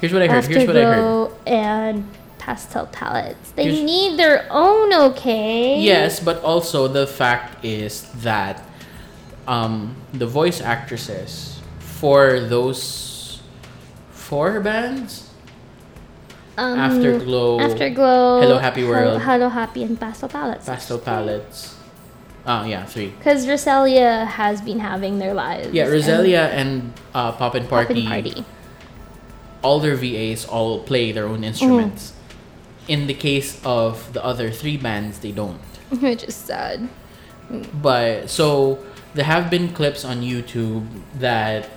Here's what I heard. Here's what I heard.
Afterglow and Pastel Palettes. They
Here's-
need their own, okay?
Yes, but also the fact is that um, the voice actresses for those four bands,
Um,
Afterglow,
Afterglow.
Hello Happy World.
Hello, Hello Happy and Pastel Palettes.
Pastel Palettes. Oh yeah, three.
Because Rosalia has been having their lives.
Yeah,
and
Rosalia and uh, Poppin Party,
Poppin' Party.
all their VAs all play their own instruments.
Mm.
In the case of the other three bands, they don't.
Which is sad.
But so there have been clips on YouTube that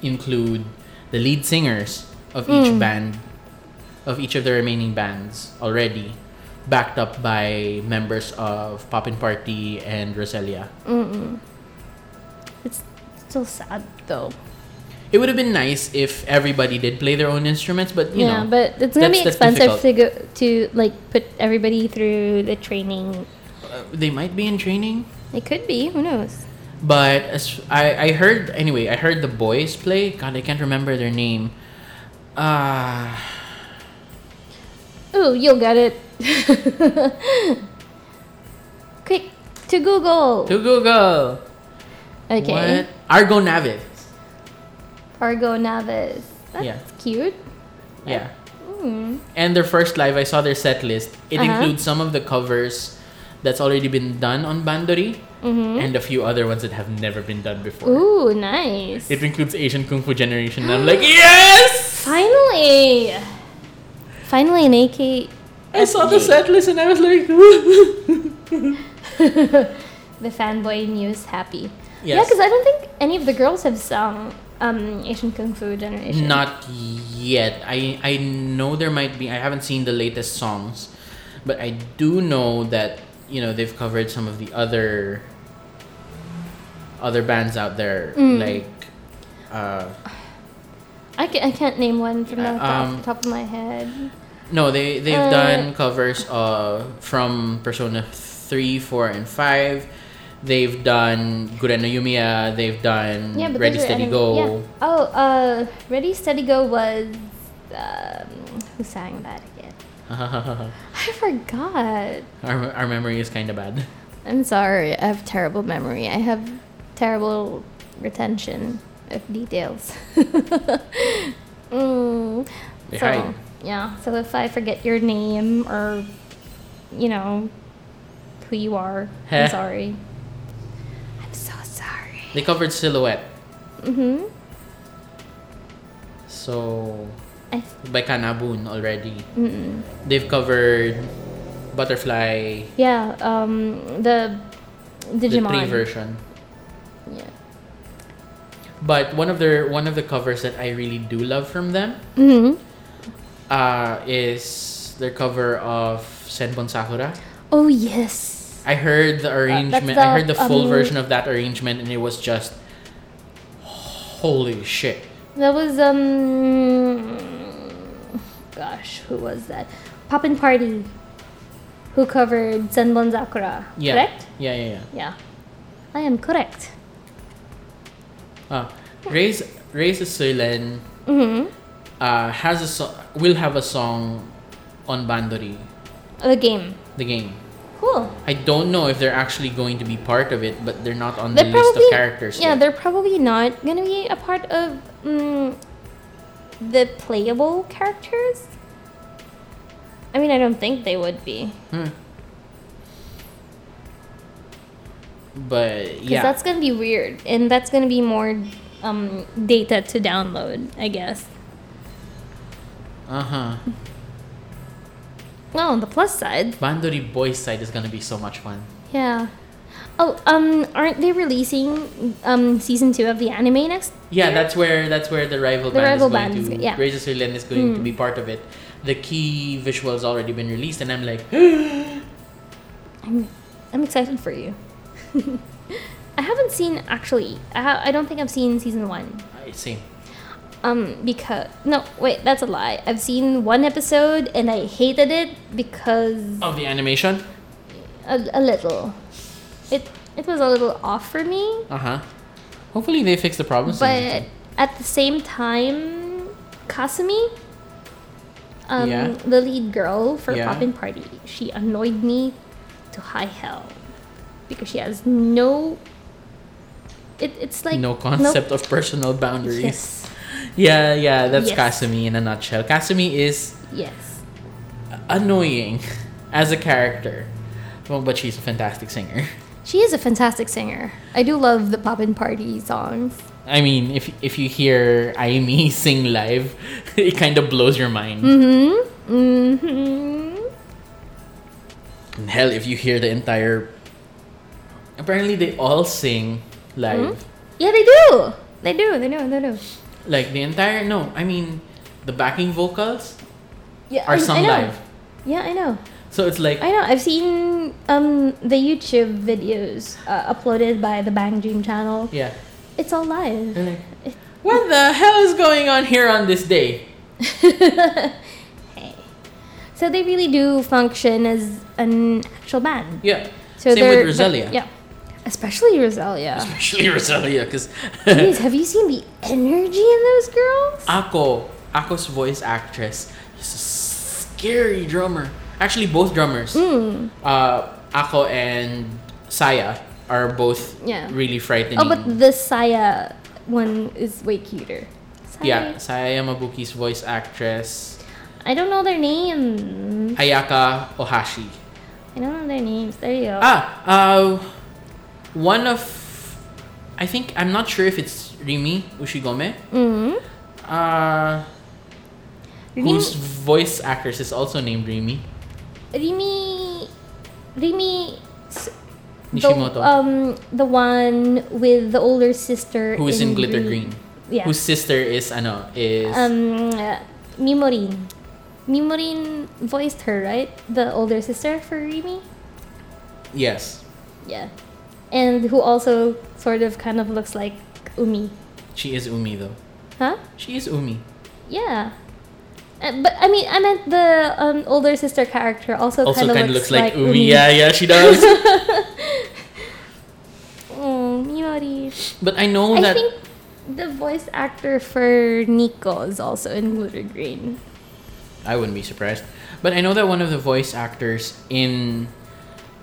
include the lead singers of
Mm.
each band, of each of the remaining bands already, backed up by members of Poppin Party and Rosalia.
It's still sad, though.
It would have been nice if everybody did play their own instruments, but you
yeah,
know.
but it's gonna be
that's- that's
expensive to go to like put everybody through the training.
Uh, they might be in training
It could be. Who knows?
but as I, I heard anyway i heard the boys play god i can't remember their name uh
Oh, you'll get it. Quick to Google.
to google
okay.
what argo navis
Argo Navis. That's
Yeah.
cute.
yeah
Mm.
and their first live i saw their set list it
Uh-huh.
includes some of the covers that's already been done on bandori
Mhm.
and a few other ones that have never been done before
Ooh, nice.
it includes asian kung fu generation and i'm like yes
Finally. Finally, an AK.
i saw the set list and i was like
the fanboy news happy. Yeah,
Yes.
because I don't think any of the girls have sung um, Asian Kung Fu Generation.
Not yet. I I know there might be. I haven't seen the latest songs, but I do know that you know they've covered some of the other other bands out there,
Mm.
like uh,
I, ca- I can't name one from the,
Uh,
top,
um,
top of my head.
no, they they've
Uh,
done covers uh from Persona three, four, and five. They've done Gureno Yumiya. They've done
Yeah, but
Ready
those are
Steady
anime-
Go.
yeah. Oh, uh, Ready Steady Go was um, who sang that again? I forgot.
our our memory is kind of bad.
I'm sorry. I have terrible memory. I have terrible retention of details. mm.
They hide.
So, yeah. So if I forget your name or, you know, who you are,
Heh.
I'm sorry. I'm so sorry.
They covered Silhouette.
Mm-hmm.
So
I f-
by Kanabun already.
mm-mm.
They've covered Butterfly,
Yeah. Um. The
the pre
Digimon.
version.
yeah.
But one of their one of the covers that I really do love from them
Mm-hmm.
uh, is their cover of Senbon Sakura.
Oh yes.
I heard the arrangement.
Uh, the,
I heard the full
um,
version of that arrangement, and it was just holy shit.
That was um. Gosh, who was that? Poppin' Party. Who covered Senbon Sakura?
Yeah.
Correct.
Yeah, yeah, yeah.
Yeah. I am correct.
Uh, Raise Raise a Soylent
Mm-hmm.
uh, has a so- will have a song on Bandori,
The game.
the game.
Cool.
I don't know if they're actually going to be part of it, but they're not on
They're
the list
probably
of characters.
yeah.
yet.
They're probably not gonna be a part of mm, the playable characters. I mean, I don't think they would be
Hmm. but
because
yeah,
that's gonna be weird, and that's gonna be more um, data to download, I guess.
uh huh.
Well, on the plus side,
Bandori Boys side is gonna be so much fun.
yeah. Oh, um, aren't they releasing um season two of the anime next?
Yeah, that's where that's where the rival
The
band
rival
is going
band
to.
is go- yeah. Hmm.
Razor Silent is going to be part of it. The key visual's already been released, and I'm like,
I'm, I'm excited for you. I haven't seen actually. I, ha- I don't think I've seen season one.
same.
Um, because no, wait, that's a lie. I've seen one episode and I hated it because
Of the animation,
a, a little. It it was a little off for me,
uh huh. Hopefully they fix the problems.
but at the same time, Kasumi, um,
Yeah.
the lead girl for
Yeah.
Poppin' Party, she annoyed me to high hell because she has no. It, it's like
no concept of personal boundaries.
Yes,
Yeah, yeah, that's
Yes.
Kasumi in a nutshell. Kasumi is
yes,
annoying as a character, well, but she's a fantastic singer.
she is a fantastic singer. I do love the Poppin' Party songs.
I mean, if if you hear Aimi sing live, it kind of blows your mind.
Mm-hmm. Mm-hmm.
And hell, if you hear the entire, apparently they all sing live.
Yeah, they do. They do. They do. They do.
Like the entire no, I mean, the backing vocals
Yeah,
are sung
know.
live.
Yeah, I know.
So it's like
I know. I've seen um the YouTube videos uh, uploaded by the Bang Dream channel.
yeah,
It's all live.
They're like, what the hell is going on here on this day?
hey. So they really do function as an actual band.
Yeah, same
So
with
they're-
Rosalia.
Yeah. Especially Rosalia.
Especially Rosalia, because
Jeez, have you seen the energy in those girls?
Ako, Ako's voice actress is a scary drummer. Actually, both drummers,
Hmm.
uh, Ako and Saya, are both
Yeah.
really frightening.
Oh, but the Saya one is way cuter. Saya.
yeah, Saya Yamabuki's voice actress,
I don't know their names.
Ayaka Ohashi.
I don't know their names. There you go.
Ah, uh, one of, I think I'm not sure if it's Rimi Ushigome,
mm-hmm.
uh, whose
Rimi,
voice actress is also named Rimi
Rimi, Rimi, s-
Nishimoto,
The, um, the one with the older sister.
who is in Glitter Green.
Yeah.
whose sister is ano is
um, uh, Mimorin. Mimorin voiced her, right? The older sister for Rimi.
yes
Yeah, and who also sort of kind of looks like Umi,
she is umi though
huh?
she is umi
Yeah. Uh, but I mean, I meant the um, older sister character also,
also
kind of
kind of looks, like, umi.
Umi.
yeah yeah she does
Oh, Mimori.
but i know
I
Oh, that
think the voice actor for Nico is also in Glitter Green.
i wouldn't be surprised but i know that one of the voice actors in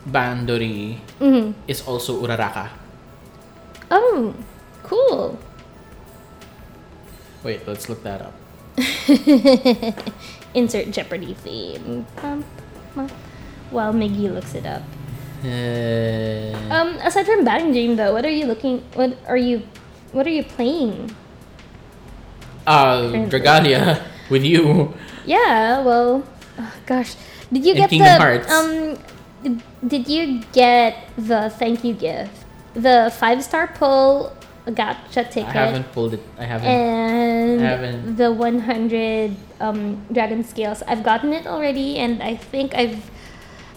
bandori
hmm
is also uraraka
Oh, cool.
wait let's look that up
Insert Jeopardy theme. Bum, bum, While Miggy looks it up.
uh,
Um, aside from Bang Dream though, what are you looking? What are you? What are you playing?
uh dragalia with you
Yeah. Well, oh gosh, did you
And
get
Kingdom
the
Hearts.
um? Did, did you get the thank you gift? The five star pull gotcha ticket.
i haven't pulled it i haven't
and
Haven't.
the 100 um, dragon scales i've gotten it already and i think i've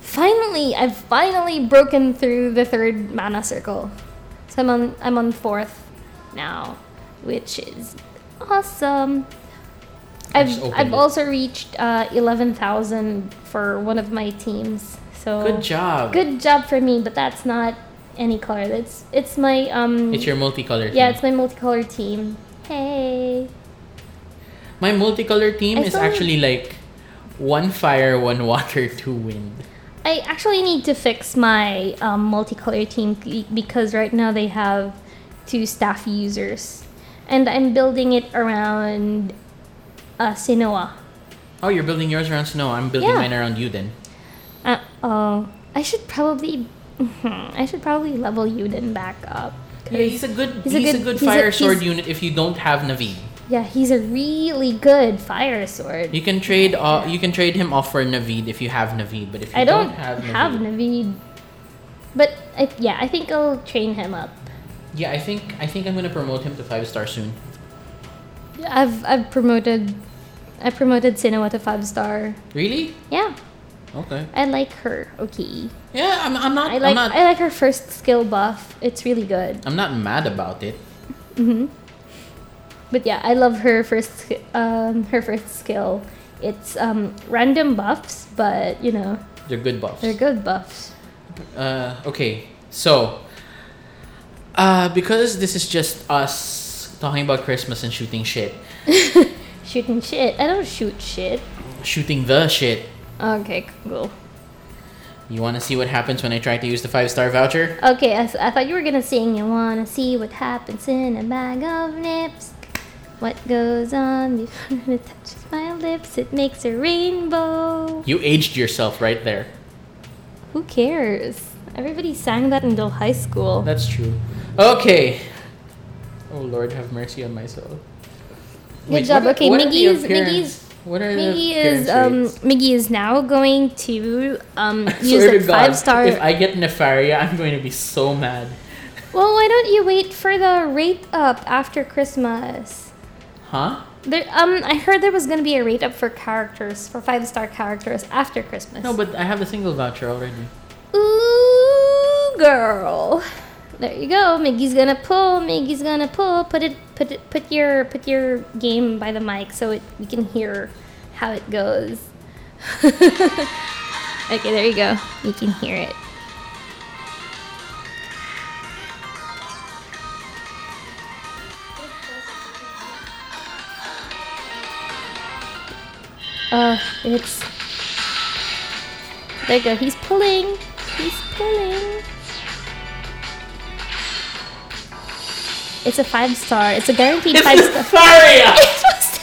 finally i've finally broken through the third mana circle so i'm on i'm on fourth now which is awesome
I
i've
just opened
i've
it.
also reached uh, 11000 for one of my teams so
good job
good job for me but that's not any color that's it's my um
it's your multicolor
yeah,
team.
it's my multicolor team. Hey.
my multicolor team
I
is
saw it.
actually like one fire one water two wind
I actually need to fix my um, multicolor team be- because right now they have two staff users, and I'm building it around uh, Sinoa.
Oh, you're building yours around snow. I'm building
Yeah.
mine around you then.
Uh, oh, I should probably, I should probably level Yuden back up. 'cause-
Yeah, he's a good he's, a, good,
he's a-
fire sword
he's-
unit if you don't have Naveed.
yeah, he's a really good fire sword.
You can trade uh, you can trade him off for Naveed if you have Naveed, but if you
I don't,
have Naveed,
have Naveed, but I, yeah, I think I'll train him up.
Yeah, I think I think I'm gonna promote him to five star soon.
I've I've promoted, I promoted Sinoa to five star.
Really?
Yeah,
Okay.
I like her. Okay,
Yeah, I'm, I'm not
I like
I'm not
I like her first skill buff. It's really good.
I'm not mad about it.
But yeah, I love her first sk- um her first skill. It's um random buffs, but you know
They're good buffs.
they're good buffs.
Uh, okay, so uh, because this is just us talking about Christmas and shooting shit,
Shooting shit. I don't shoot shit.
shooting the shit.
Okay, cool.
You want to see what happens when I try to use the five star voucher?
Okay, I, s- I thought you were gonna sing. You wanna see what happens in a bag of nips? What goes on before it touches my lips? It makes a rainbow.
You aged yourself right there.
Who cares? Everybody sang that until high school.
That's true. Okay. Oh Lord, have mercy on my soul.
Good job.
what are-
Okay,
what are the
Miggy's-
appearance-
Miggy's-
What are the
Miggy is um,
appearance rates?
Miggy is now going to um,
I
use
swear
a
to God,
five star.
If I get Nefaria, I'm going to be so mad.
well, why don't you wait for the rate up after Christmas?
Huh?
There, um, I heard there was going to be a rate up for characters for five star characters after Christmas.
No, but I have a single voucher already.
ooh, girl, there you go. Miggy's gonna pull. Miggy's gonna pull. Put it, put it, put your, put your game by the mic so it we can hear how it goes. okay, there you go. You can hear it. Oh, it's. There you go. He's pulling. He's pulling. It's a five star. It's a guaranteed
It's
five star.
Nefaria!
It was just-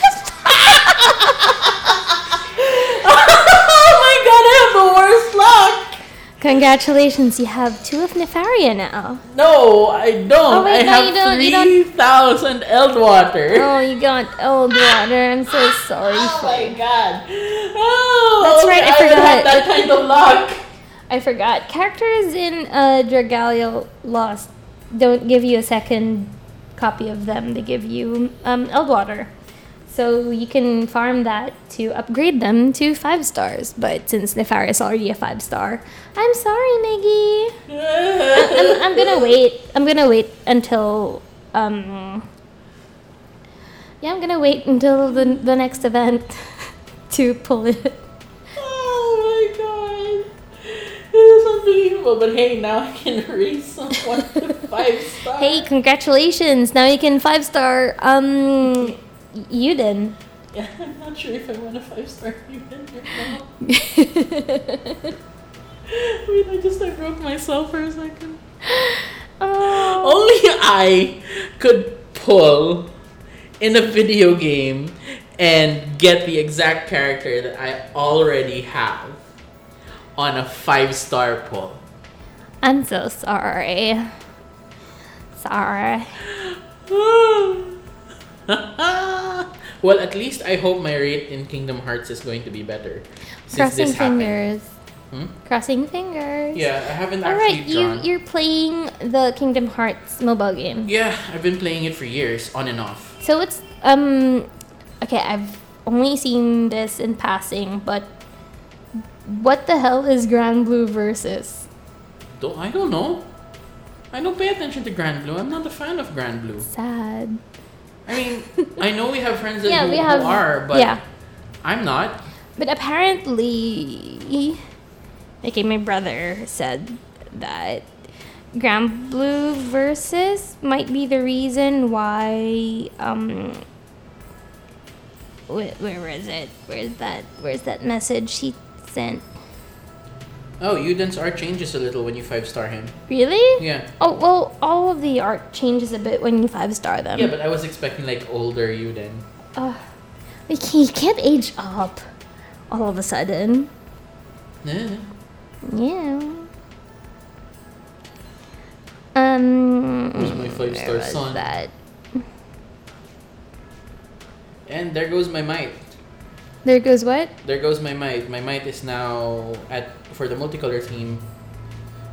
oh my god, I have the worst luck!
Congratulations, you have two of Nefaria now.
No, I don't.
Oh my
I
God,
have
you don't- you don't-
3,000 Eldwater.
Oh, you got old water. I'm so sorry.
Oh
For
my god. Oh,
That's
okay,
right, I
haven't
forgot.
had that kind of luck.
I forgot. Characters in uh, Dragalia Lost don't give you a second copy of them. They give you um, Eldwater. So you can farm that to upgrade them to five stars. But since Nefaria is already a five star, I'm sorry, Miggy.
Oh
I'm, I'm gonna wait. I'm gonna wait until. Um, yeah, I'm gonna wait until the, the next event to pull it.
oh my god. This is unbelievable. But hey, now I can raise someone to five stars.
Hey, congratulations! Now you can five star. Um, Yuden.
Yeah, I'm not sure if I want a five star human right now. Wait, I just I broke myself for a second.
oh,
Only I could pull in a video game and get the exact character that I already have on a five star pull.
I'm so sorry. Sorry.
well, at least I hope my rate in Kingdom Hearts is going to be better. Since
Crossing
this happened.
fingers.
Hmm?
Crossing fingers.
Yeah, I haven't
All
actually
right,
drawn.
you you're playing the Kingdom Hearts mobile game.
Yeah, I've been playing it for years, on and off.
So it's um okay, I've only seen this in passing, but what the hell is Grand Blue versus?
Don't, I don't know. I don't pay attention to Grand Blue. I'm not a fan of Grand Blue.
Sad.
I mean, I know we have friends that
Yeah,
who,
we
who
have-
are, but
yeah.
I'm not.
But apparently okay, my brother said that Grand Blue versus might be the reason why um wh- where is it? Where's that? Where's that message he sent?
Oh, Yuden's art changes a little when you five star him.
Really?
Yeah.
Oh well, all of the art changes a bit when you five star them.
Yeah, but I was expecting like older Yuden.
Ugh. Like, he can't age up all of a sudden.
Eh,
Yeah. Um.
Who's my five-star
where was
son?
That
And there goes my might.
there goes what?
There goes my might. My might is now at for the multicolor theme.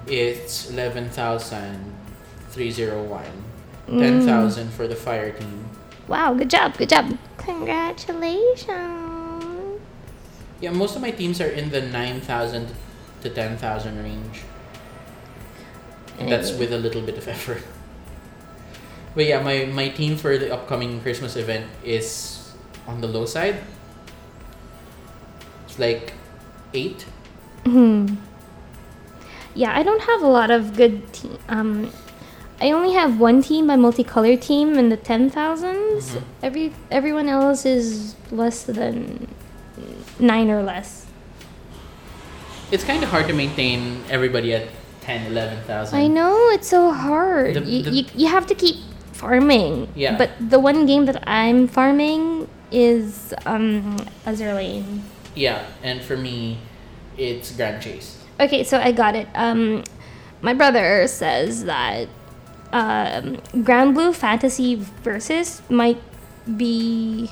It's eleven thousand three zero one.
Mm.
Ten thousand for the fire team.
Wow! Good job! Good job! Congratulations!
Yeah, most of my teams are in the nine thousand to ten thousand range. And that's
Hey.
with a little bit of effort. But yeah, my, my team for the upcoming Christmas event is on the low side. It's like eight.
Hmm. Yeah, I don't have a lot of good team. Um, I only have one team, my multicolor team, in the ten
Mhm.
Every everyone else is less than nine or less.
It's kind of hard to maintain everybody at 10, 11,000.
I know it's so hard.
The-
you,
the-
you, you have to keep farming.
Yeah.
But the one game that I'm farming is um Azerlane.
Yeah, and for me, it's Grand Chase.
Okay, so I got it. Um, my brother says that um, Ground Blue Fantasy Versus might be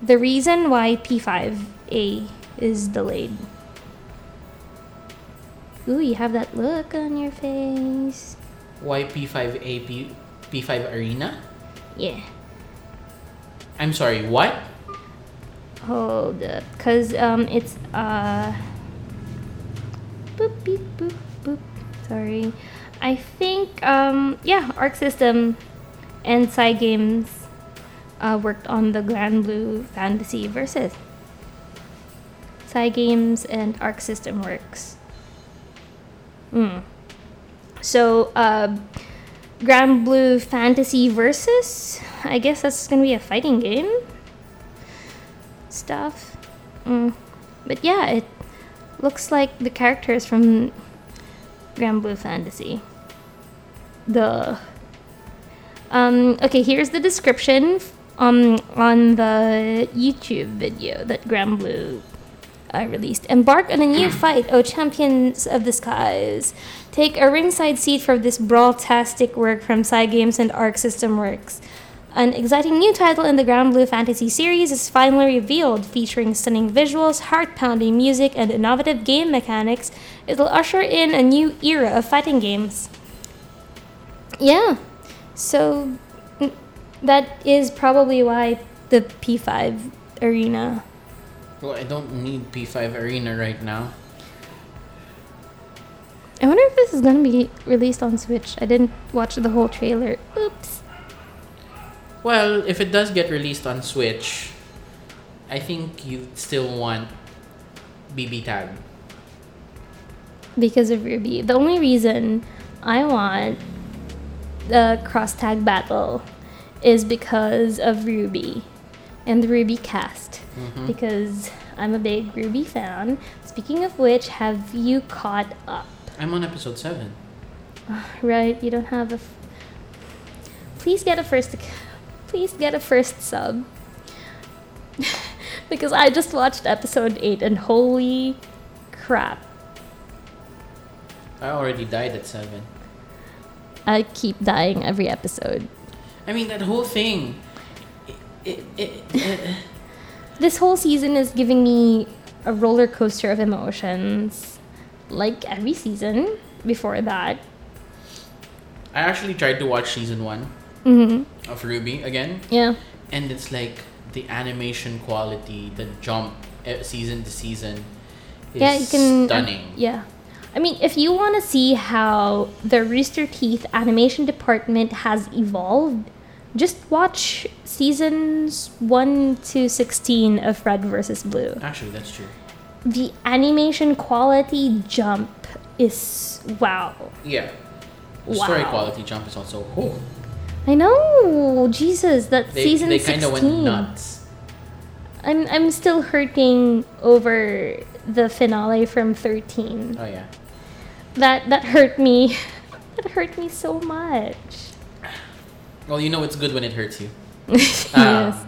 the reason why P5A is delayed. Ooh, you have that look on your face.
Why P5A, P, P5 Arena?
Yeah.
I'm sorry, what?
Hold up, cause um, it's uh, boop beep boop boop. Sorry, I think um, yeah, Arc System and Psy Games uh, worked on the Grand Blue Fantasy versus. Psy Games and Arc System Works. Mm. So, uh, Grand Blue Fantasy versus. I guess that's gonna be a fighting game stuff. Mm. But yeah, it looks like the characters from Grand Blue Fantasy. The um, okay, here's the description f- um, on the YouTube video that Grand Blue uh, released. Embark on a new fight, O champions of the skies. Take a ringside seat for this brawl-tastic work from Psy Games and Arc System Works. An exciting new title in the Ground Blue Fantasy series is finally revealed, featuring stunning visuals, heart-pounding music, and innovative game mechanics. It'll usher in a new era of fighting games. Yeah. So mm, that is probably why the P5 arena.
Well, I don't need P5 Arena right now.
I wonder if this is going to be released on Switch. I didn't watch the whole trailer. Oops.
Well, if it does get released on Switch, I think you still want BB Tag.
Because of Ruby. The only reason I want the cross tag battle is because of Ruby and the Ruby cast. Because I'm a big Ruby fan. Speaking of which, have you caught up?
I'm on episode 7.
Right, you don't have a. F- please get a first. ac- Please get a first sub. because I just watched episode eight, and holy crap!
I already died at 7.
I keep dying every episode.
I mean, that whole thing. It, it, it,
This whole season is giving me a roller coaster of emotions, like every season before that.
I actually tried to watch season 1
hmm
of Ruby again,
Yeah.
and it's like the animation quality, the jump eh, season to season is
yeah, you can. um,
stunning.
yeah. I mean, if you want to see how the Rooster Teeth animation department has evolved, just watch seasons 1 to 16 of Red vs. Blue.
Actually, that's true.
The animation quality jump is wow.
Yeah. The story
Wow.
quality jump is also. Oh,
I know. Jesus, that
they
season
they
16.
kind of went nuts.
I'm I'm still hurting over the finale from 13.
Oh yeah.
That that hurt me. that hurt me so much.
Well, you know it's good when it hurts you.
yes.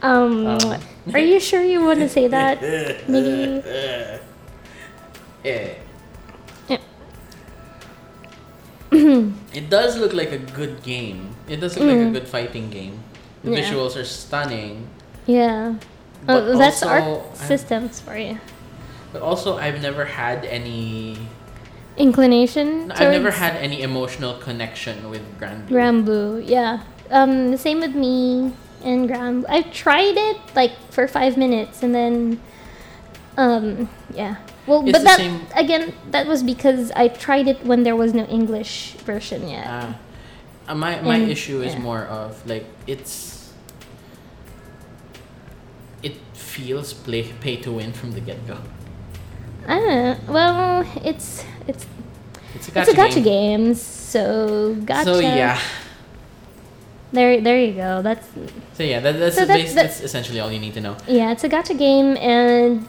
Um,
Ah. Um.
are you sure you want to say that? Maybe.
Eh.
Yeah.
it does look like a good game. It does look like a good fighting game. The
Mm. Yeah.
visuals are stunning.
Yeah.
But
oh, that's
also,
our
I'm-
systems for you.
But also, I've never had any.
Inclination.
I've never
towards-
had any emotional connection with Grand. Blue.
Grand Blue, yeah. Um, the same with me and Grand. I tried it like for five minutes, and then, um, yeah. Well,
It's
but
the
that
same-
again, that was because I tried it when there was no English version yet.
Ah. Uh, my my
And-
issue is
yeah.
more of like it's. It feels play pay to win from the get go.
I don't know. Well, it's it's
It's a
it's a gotcha game, so gotcha.
So yeah,
There, there you go. That's
so yeah, that, that's,
So
the
that's-
base,
that's-
that's essentially all you need to know.
yeah. It's a gotcha game, and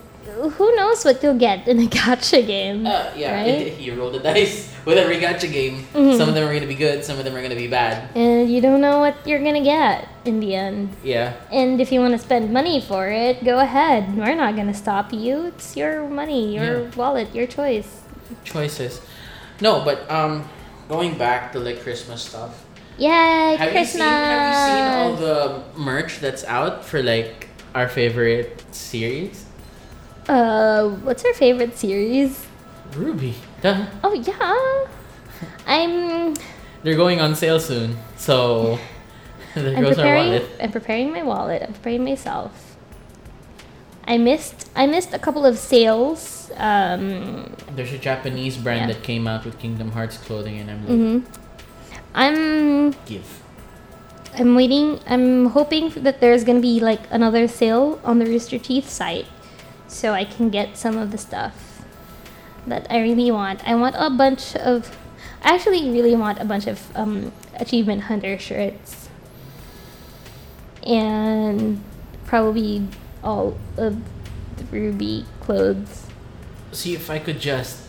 who knows what you'll get in a gotcha game.
Uh, yeah,
Mm. Right? Mm-hmm.
you roll the dice with every gacha game. Some of them are gonna be good, some of them are gonna be bad.
and you don't know what you're gonna get in the end.
Yeah,
And if you want to spend money for it, go ahead. We're not gonna stop you. It's your money, your
Yeah.
wallet, your choice.
choices. No, but um, going back to like Christmas stuff.
Yay,
have you
Christmas!
seen Have you seen all the merch that's out for like our favorite series?
uh, what's your favorite series?
Ruby. Duh.
Oh yeah, I'm.
They're going on sale soon, so there
I'm
goes our
preparing.
wallet.
I'm preparing my wallet. I'm preparing myself. I missed. I missed a couple of sales. Um,
There's a Japanese brand
Yeah.
that came out with Kingdom Hearts clothing, and I'm like,
mhm. I'm
give.
I'm waiting. I'm hoping that there's gonna be like another sale on the Rooster Teeth site, so I can get some of the stuff that I really want. I want a bunch of. I actually really want a bunch of um, Achievement Hunter shirts, and probably all of the Ruby clothes.
see if I could just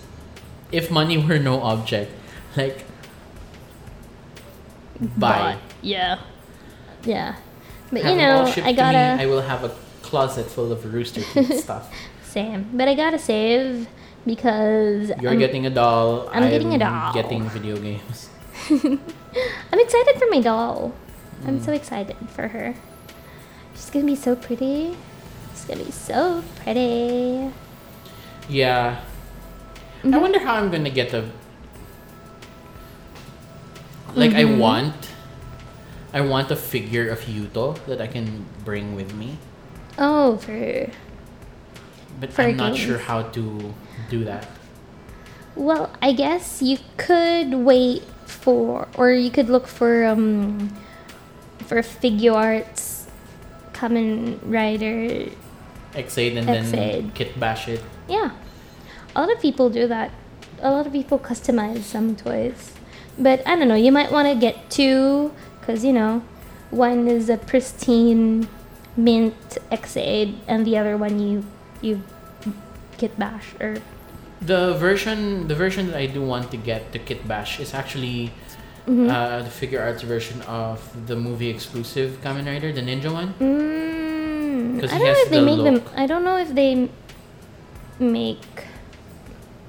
if money were no object, like buy.
But, yeah, yeah. But
Have
you
it
know,
all shipped
I
to
gotta.
me, I will have a closet full of rooster teeth stuff.
Same. But I gotta save because
You're
I'm,
getting a doll.
I'm getting a doll.
Getting video games.
I'm excited for my doll. I'm so excited for her. She's gonna be so pretty. She's gonna be so pretty.
Yeah. I
Mm-hmm.
wonder how I'm gonna get the. Like I
Mm-hmm.
want. I want a figure of Yuto that I can bring with me,
Oh, for
but
For
I'm not
games.
sure how to do that.
well, I guess you could wait for, or you could look for um, for figure arts, Kamen Rider.
Exade and then
Exade.
kit bash it.
Yeah. A lot of people do that. A lot of people customize some toys. But I don't know, you might want to get two, because, you know, one is a pristine mint X8, and the other one you you get bash or.
The version, the version that I do want to get to Kit Bash is actually
Mm. Mm-hmm.
uh, the figure arts version of the movie exclusive Kamen Rider, the ninja one.
Mm,
'Cause
I
he
don't know
has
if they
the
make them.
look.
I don't know if they m- make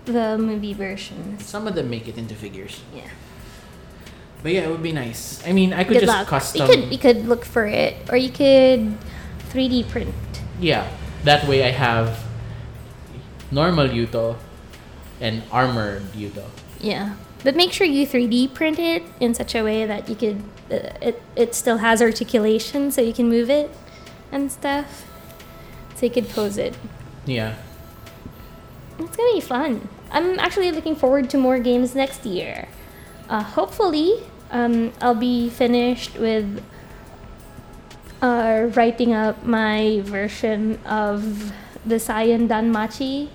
the movie versions.
Some of them make it into figures,
Yeah.
but yeah, it would be nice. I mean, I could
Good
just
luck.
custom.
You could you could look for it, or you could 3D print.
Yeah, that way I have normal Yuto and armored Yuto.
Yeah, but make sure you 3D print it in such a way that you could uh, it it still has articulation, so you can move it and stuff. So you could pose it.
Yeah,
It's gonna be fun. I'm actually looking forward to more games next year. Uh, hopefully, um, I'll be finished with uh, writing up my version of the Saiyan Danmachi.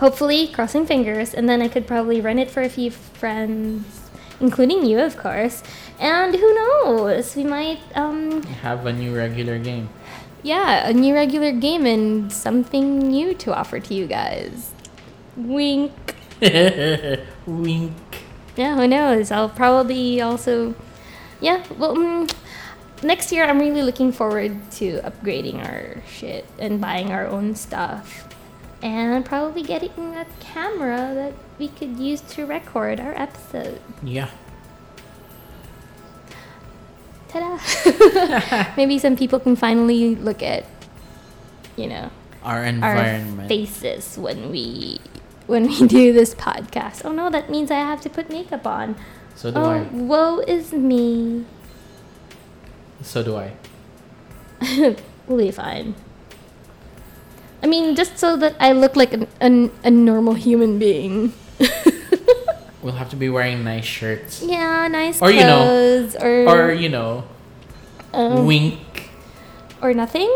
Hopefully, crossing fingers, and then I could probably run it for a few friends, including you, of course. And who knows? We might um,
have a new regular game.
yeah, a new regular game and something new to offer to you guys. Wink.
Wink.
Yeah, who knows? I'll probably also. Yeah, well, mm, next year I'm really looking forward to upgrading our shit and buying our own stuff. And probably getting a camera that we could use to record our episode.
Yeah.
Ta da! Maybe some people can finally look at, you know,
Our
our
environment.
faces when we when we do this podcast. Oh no, that means I have to put makeup on.
So do
Oh,
I.
woe is me.
So do I.
we'll be fine. I mean, just so that I look like an, an, a normal human being.
We'll have to be wearing nice shirts.
yeah, nice
Or, you know,
clothes or
Or, you know,
um,
wink.
or nothing.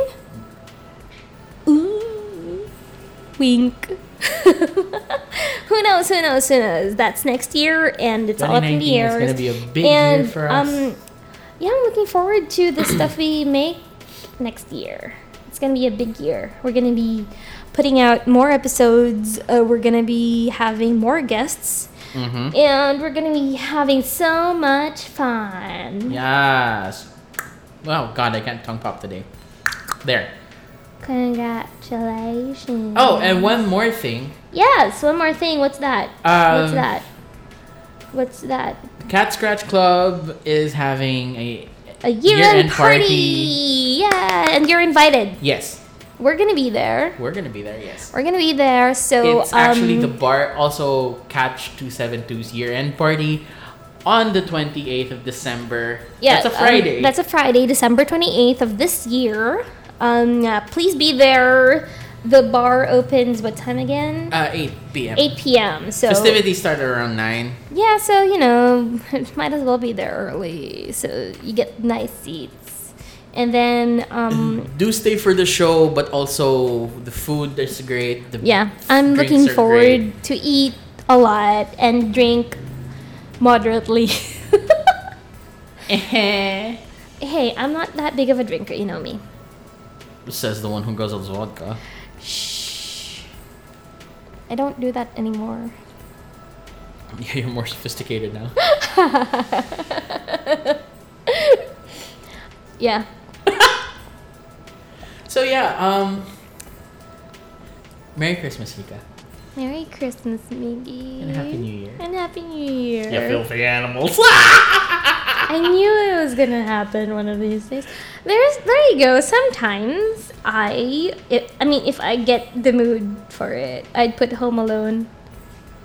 Ooh, wink. who knows? Who knows? Who knows? That's next year, and it's all up in the
2019 is
air.
going to be a big
and
year for us.
um, yeah, I'm looking forward to the stuff we make next year. It's gonna be a big year. We're gonna be putting out more episodes. Uh, we're gonna be having more guests,
hmm
and we're gonna be having so much fun.
Yes. Wow, God, I can't tongue pop today. There.
Congratulations.
Oh, and one more thing.
yes, one more thing. What's that? What's
Um,
that? What's that?
Cat Scratch Club is having a
A year-end,
year-end
party.
party.
Yeah, and you're invited.
yes.
We're gonna be there.
We're gonna be there. Yes.
We're gonna be there. So
it's actually
um,
the bar also Catch 272's year end party on the 28th of December.
Yeah,
That's a
um,
Friday.
that's a Friday, December 28th of this year. Um, uh, please be there. The bar opens what time again?
uh, 8 p.m.
8 p.m. So
Festivities start around 9.
yeah, so you know, might as well be there early so you get nice seats. And then um,
Do stay for the show, but also the food is great. The
yeah, I'm
drinks
looking
are
forward
great.
to eat a lot and drink moderately. hey, I'm not that big of a drinker, you know me.
Says the one who goes on vodka.
Shh. I don't do that anymore.
Yeah, you're more sophisticated now.
Yeah.
so yeah, um, Merry Christmas, Rika,
Merry Christmas, Miggy.
and Happy New Year.
And Happy New Year.
animals.
I knew it was gonna happen one of these days. There's there you go. Sometimes I, if, I mean, if I get the mood for it, I'd put Home Alone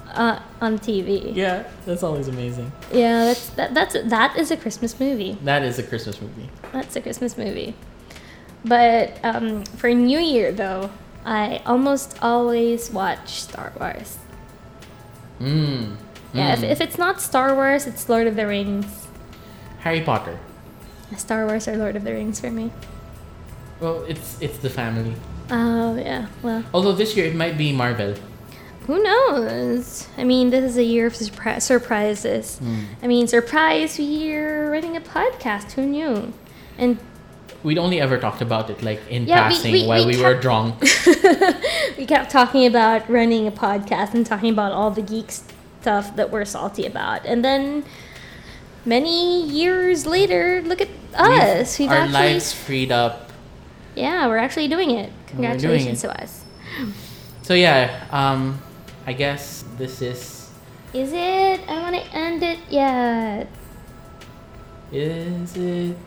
uh, on TV.
yeah, that's always amazing.
Yeah, that's that, that's that is a Christmas movie.
That is a Christmas movie.
That's a Christmas movie. But um, for New Year, though, I almost always watch Star Wars.
Mm.
Yeah,
Mm.
if, if it's not Star Wars, it's Lord of the Rings.
Harry Potter.
Star Wars or Lord of the Rings for me.
Well, it's it's the family.
Oh, yeah. Well,
Although this year it might be Marvel.
who knows? I mean, this is a year of surpri- surprises. I mean, surprise, we're running a podcast. Who knew? And
We'd only ever talked about it like in
Yeah, we-
passing
we-
while
we
we, were
kept-
drunk.
we kept talking about running a podcast and talking about all the geek stuff that we're salty about. And then many years later, look at us. We've,
our
actually,
lives freed up.
yeah, we're actually doing it.
We're doing it.
Congratulations to us.
So yeah, um, I guess this is
Is it? I want to end it yet.
Is it?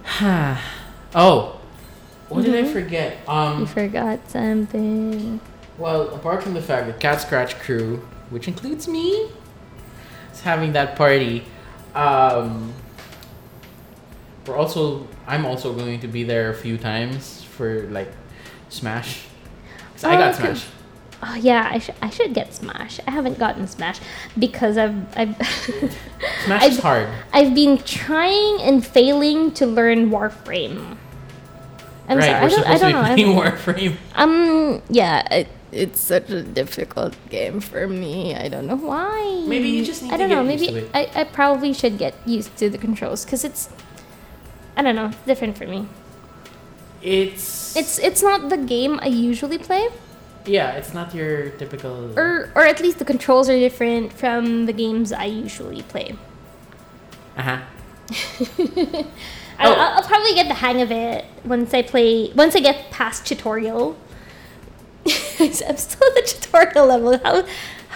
oh, what did I
Mhm.
forget?
You
Um,
forgot something.
well, apart from the fact that Cat Scratch Crew, which includes me, is having that party, um, we're also I'm also going to be there a few times for like Smash. 'Cause I got
Oh, okay.
Smash.
Oh yeah, I, sh- I should get Smash. I haven't gotten Smash because I've I've
Smash
I've,
is hard.
I've been trying and failing to learn Warframe. I'm
right, we're
sorry, I
supposed
don't, I
to
don't
be
know.
playing Warframe.
I'm, um, yeah, it, it's such a difficult game for me. I don't know why.
Maybe you just need
I
to
don't know.
get
Maybe
used to it.
I, I probably should get used to the controls because it's, I don't know, different for me.
It's
It's it's not the game I usually play,
yeah, it's not your typical
or or at least the controls are different from the games I usually play.
uh-huh.
I,
Oh.
I'll, I'll probably get the hang of it once I play. Once I get past tutorial, I'm still at the tutorial level. How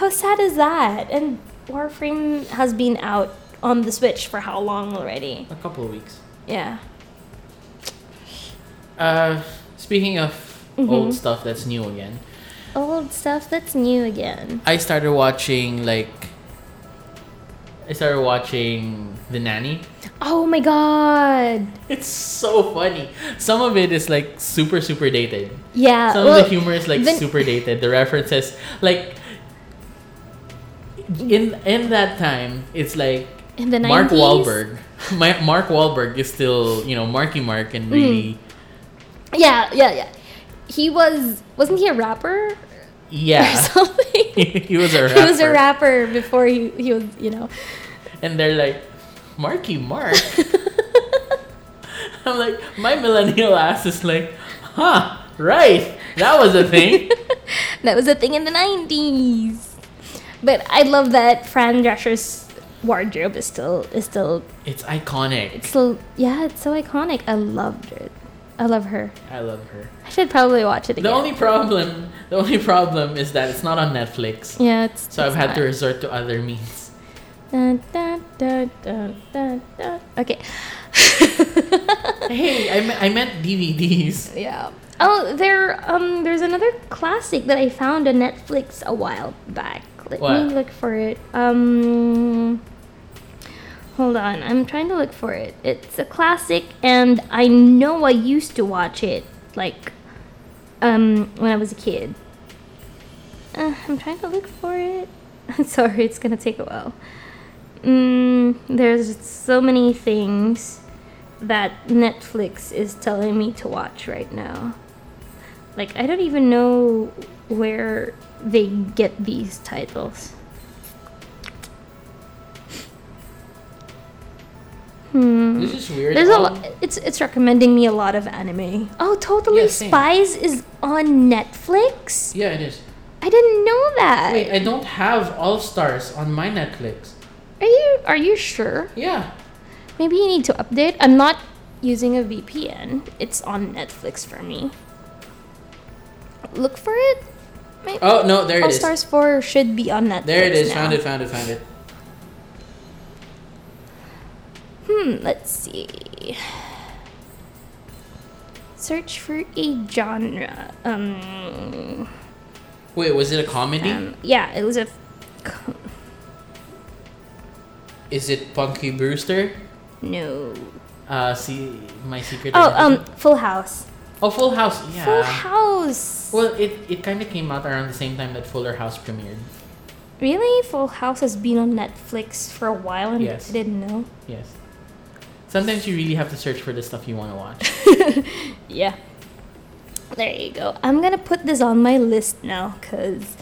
how sad is that? And Warframe has been out on the Switch for how long already?
a couple of weeks.
Yeah.
Uh, speaking of
Mhm.
old stuff that's new again,
Old stuff that's new again.
I started watching like I started watching The Nanny.
Oh my god.
It's so funny. Some of it is like super super dated.
Yeah.
Some
Uh, well,
of the humor is like
the-
super dated. The references like in in that time, it's like
in the 90s.
Mark Wahlberg. My, Mark Wahlberg is still, you know, Marky Mark and
Mm.
really
Yeah, yeah, yeah. He was wasn't he a rapper or
yeah.
something?
he was a rapper.
He was a rapper before he, he was, you know.
and they're like, Marky Mark. I'm like, my millennial ass is like, huh, right, that was a thing.
That was a thing in the 90s. But I love that Fran Drescher's wardrobe is still is still
it's iconic.
it's still yeah, it's so iconic. I loved it. I love her.
I love her.
I should probably watch it
The
again.
only problem, the only problem is that it's not on Netflix,
yeah, it's
so I've
it's
had to
not.
resort to other means.
Dun, dun, dun, dun, dun, dun. Okay.
Hey, I, me- I meant DVDs.
Yeah. Oh, there. Um, there's another classic that I found on Netflix a while back. Let
What?
me look for it. Um, hold on. I'm trying to look for it. It's a classic, and I know I used to watch it like, um, when I was a kid. Uh, I'm trying to look for it. I'm sorry, it's gonna take a while. Mm, there's so many things that Netflix is telling me to watch right now. Like, I don't even know where they get these titles. Hmm.
This is weird.
Mm-hmm. There's a
Um,
lot. It's it's recommending me a lot of anime. Oh, totally!
Yeah, same.
Spies is on Netflix.
Yeah, it is.
I didn't know that.
Wait, I don't have All Stars on my Netflix.
Are you are you sure?
Yeah.
Maybe you need to update. I'm not using a VPN. It's on Netflix for me. Look for it. Maybe.
Oh no, there it
All
is.
Stars 4 should be on Netflix.
There it is.
now.
Found it. Found it. Found it.
Hmm, let's see. Search for a genre. Um,
Wait, was it a comedy?
um, yeah, it was a. co-
Is it Punky Brewster?
No.
Uh, see my secret.
Oh,
Identity?
um, Full House.
Oh, Full House. Yeah.
Full House.
Well, it it kind of came out around the same time that Fuller House premiered.
Really? Full House has been on Netflix for a while and
Yes.
I didn't know.
Yes. Sometimes you really have to search for the stuff you want to watch.
Yeah. There you go. I'm gonna put this on my list now, cause.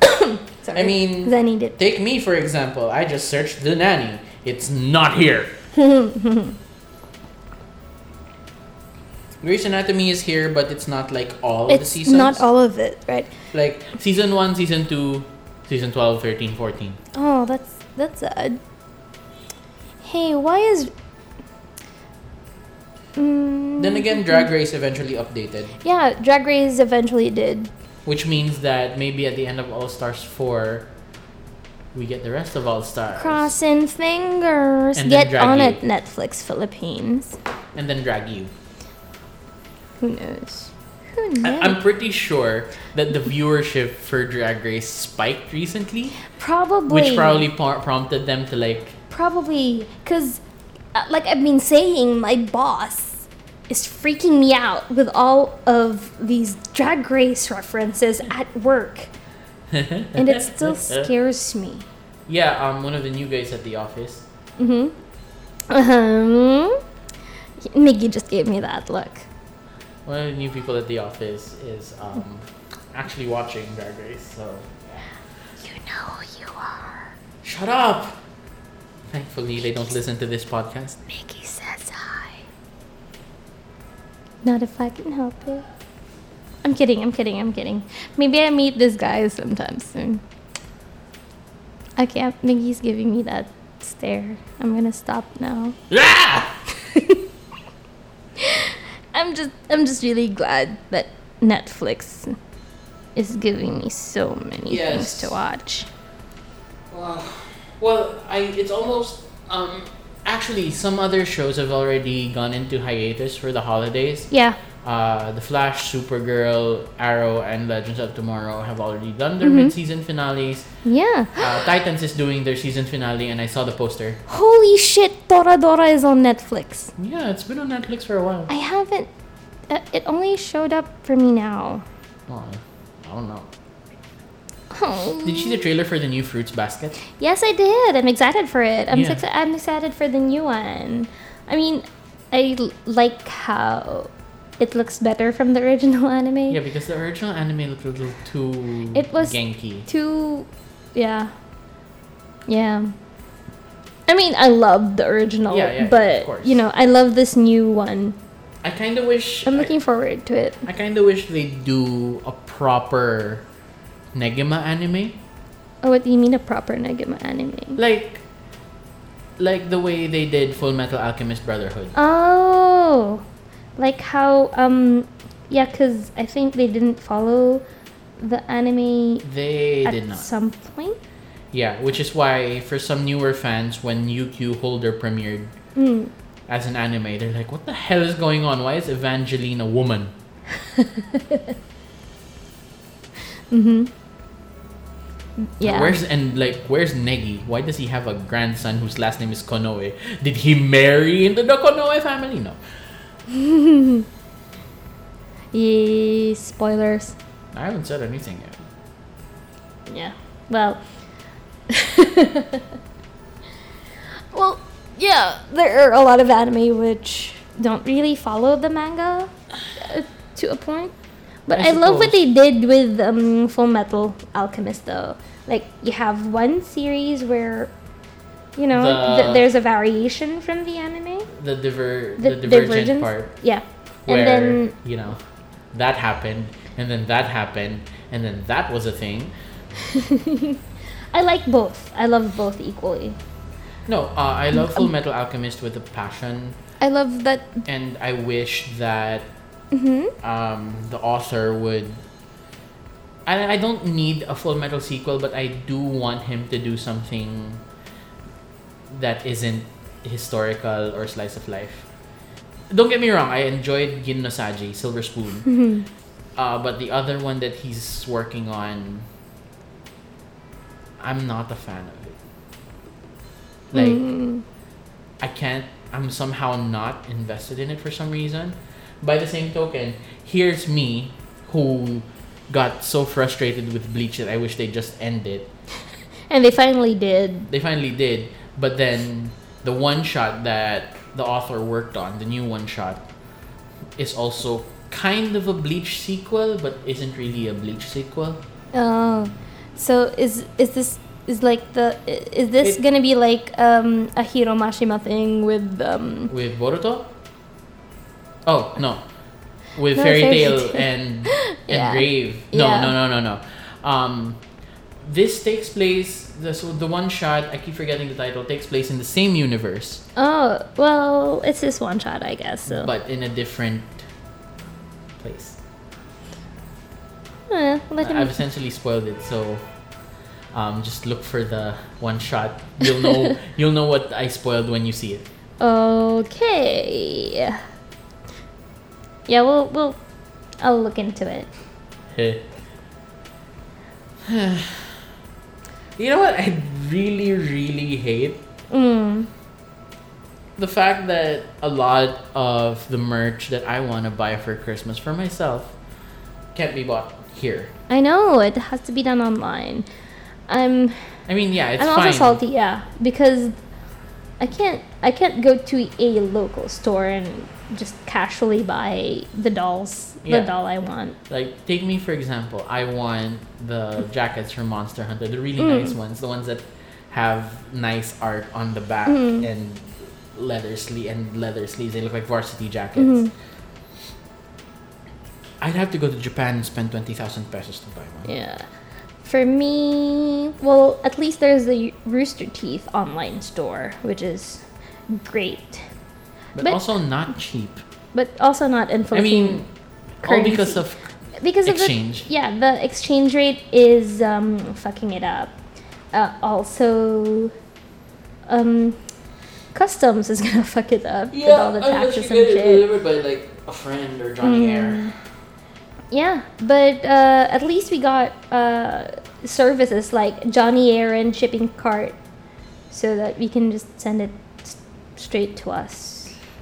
sorry,
I mean-
'cause I need it.
Take me for example. I just searched The Nanny. It's not here. Grey's Anatomy is here, but it's not like all of the
It's
seasons.
not all of it, right?
Like season 1, season 2, season 12, 13, 14.
Oh, that's that's sad. Hey, why is? Mm,
Then again, Drag Race eventually updated,
yeah, Drag Race eventually did.
which means that maybe at the end of All Stars 4, we get the rest of All Stars.
Crossing fingers.
And then
Get
Drag
on
You.
it, Netflix Philippines.
And then Drag You.
Who knows? Who
I-
knows?
I'm pretty sure that the viewership for Drag Race spiked recently,
probably.
which probably par- prompted them to like.
Probably, because, uh, like I've been saying, my boss is freaking me out with all of these drag race references at work. and it still scares me.
Yeah, um, one of the new guys at the office.
Mm hmm. Um, Nikki just gave me that look.
One of the new people at the office is um, actually watching Drag Race. So
You know who you are.
shut up. Thankfully, they don't listen to this podcast.
Nikki says hi. Not if I can help it. I'm kidding, I'm kidding, I'm kidding. Maybe I meet this guy sometime soon. Okay, I think he's giving me that stare. I'm gonna stop now.
Ah!
I'm just I'm just really glad that Netflix is giving me so many
Yes.
things to watch.
Well, well, I it's almost um actually some other shows have already gone into hiatus for the holidays.
Yeah.
Uh, the Flash, Supergirl, Arrow, and Legends of Tomorrow have already done their
Mhm.
mid-season finales.
Yeah.
Uh, Titans is doing their season finale, and I saw the poster.
Holy shit, Dora Dora is on Netflix.
Yeah, it's been on Netflix for a while.
I haven't uh, it only showed up for me now.
Oh, I don't know.
Oh.
Did you see the trailer for the new Fruits Basket?
Yes, I did. I'm excited for it. I'm
Yeah.
exci- I'm excited for the new one. I mean, I l- like how it looks better from the original anime.
Yeah, because the original anime looked a little too
It was-
ganky.
Too, yeah, yeah. I mean, I love the original,
Yeah, yeah, yeah, of
but
course.
you know, I love this new one.
I kind of wish.
I'm
I-
looking forward to it.
I kind of wish they do a proper Negima anime,
Oh, what do you mean a proper Negima anime?
like like the way they did Full Metal Alchemist Brotherhood.
Oh, like how um, yeah, because I think they didn't follow the anime
They
at
did not.
some point.
Yeah, which is why for some newer fans, when UQ Holder premiered
Mm.
as an anime, they're like, "What the hell is going on? Why is Evangeline a woman?"
Yeah.
Where's and like where's Negi? Why does he have a grandson whose last name is Konoe? Did he marry into the Konoe family? No.
Yay, spoilers.
I haven't said anything yet.
Yeah. Well. well, yeah, there are a lot of anime which don't really follow the manga uh, to a point. But I,
I
love what they did with um, Full Metal Alchemist, though. Like, you have one series where, you know,
The-
th- there's a variation from the anime.
The diver
The,
the, divergent
divergence.
part
Yeah.
where
and then
you know that happened and then that happened and then that was a thing.
I like both. I love both equally.
No, uh, I love
Um,
Full Metal Alchemist with a passion,
I love that.
and I wish that
hmm
um, the author would. I, I don't need a Full Metal sequel, but I do want him to do something that isn't historical or slice of life. Don't get me wrong, I enjoyed Gin no Saji, Silver Spoon. Uh, but the other one that he's working on, I'm not a fan of it. Like,
Mm.
I can't. I'm somehow not invested in it for some reason. By the same token, here's me who got so frustrated with Bleach that I wish they just end it.
And they finally did.
They finally did, but then the one shot that the author worked on, the new one shot, is also kind of a Bleach sequel, but isn't really a Bleach sequel.
Oh, so is is this is like the i- is this
It-
gonna be like um, a Hiromashima thing with um?
With Boruto? Oh, no. With
No,
Fairy
Fairy
Tail
Tail.
and, and
Yeah.
Grave. No,
Yeah.
no, no, no, no. Um, this takes place, the, so the one shot, I keep forgetting the title, takes place in the same universe,
Oh well, it's just one shot, I guess. So
but in a different place.
Eh, let him.
I've essentially spoiled it, so. Um, just look for the one shot. You'll know. you'll know what I spoiled when you see it.
okay. Yeah, we'll we'll. I'll look into it.
Heh. you know what I really, really hate?
Mm.
The fact that a lot of the merch that I want to buy for Christmas for myself can't be bought here.
I know it has to be done online. I'm
I mean, yeah, it's
I'm
fine.
also salty, yeah, because I can't I can't go to a local store and just casually buy the dolls,
Yeah.
the doll I want.
Like, take me for example. I want the jackets from Monster Hunter, the really
Mm.
nice ones, the ones that have nice art on the back
Mm. Mm-hmm.
and leather sleeve and leather sleeves. They look like varsity jackets. I'd have to go to Japan and spend 20,000 pesos to buy one.
Yeah. For me, well, at least there's the Rooster Teeth online store, which is great,
But,
But-
also not cheap.
but also not in
I
Philippine
mean, all because
currency.
of
because
exchange.
of the yeah the exchange rate is um, fucking it up. Uh, also, um, customs is gonna fuck it up with all the taxes and shit. Mm.
delivered by like a friend or Johnny Air.
Yeah, but uh, at least we got uh, services like Johnny Aaron shipping cart, so that we can just send it s- straight to us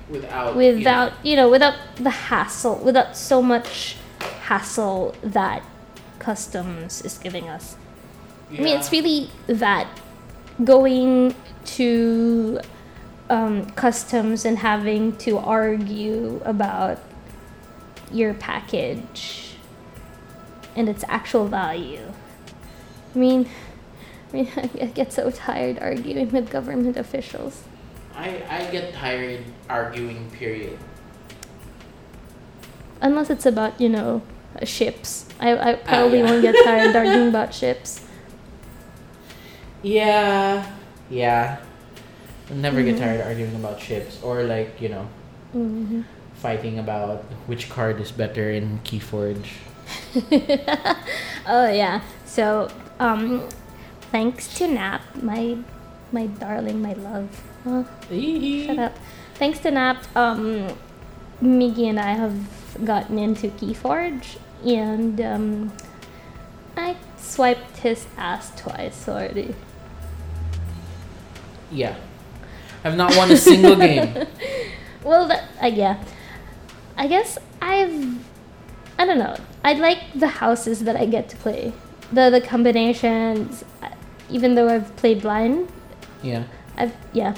without
without you know without the hassle, without so much hassle that customs is giving us. I mean, it's really that going to um, customs and having to argue about your package and its actual value. I mean, I, mean, I get so tired arguing with government officials.
I, I get tired arguing, period.
Unless it's about, you know, uh, ships. I, I probably won't get tired arguing about ships.
Yeah. Mm-hmm. Yeah. I never get tired arguing about ships or like, you know,
hmm
fighting about which card is better in Keyforge.
oh yeah. So um, thanks to Nap, my my darling, my love. Huh? Shut up. Thanks to Nap, um, Miggy and I have gotten into Keyforge, and um, I swiped his ass twice already.
Yeah. I've not won a single game.
Well, that, uh, yeah. I guess I've. I don't know. I like the houses that I get to play. The the combinations. uh, Even though I've played blind,
Yeah.
I've yeah.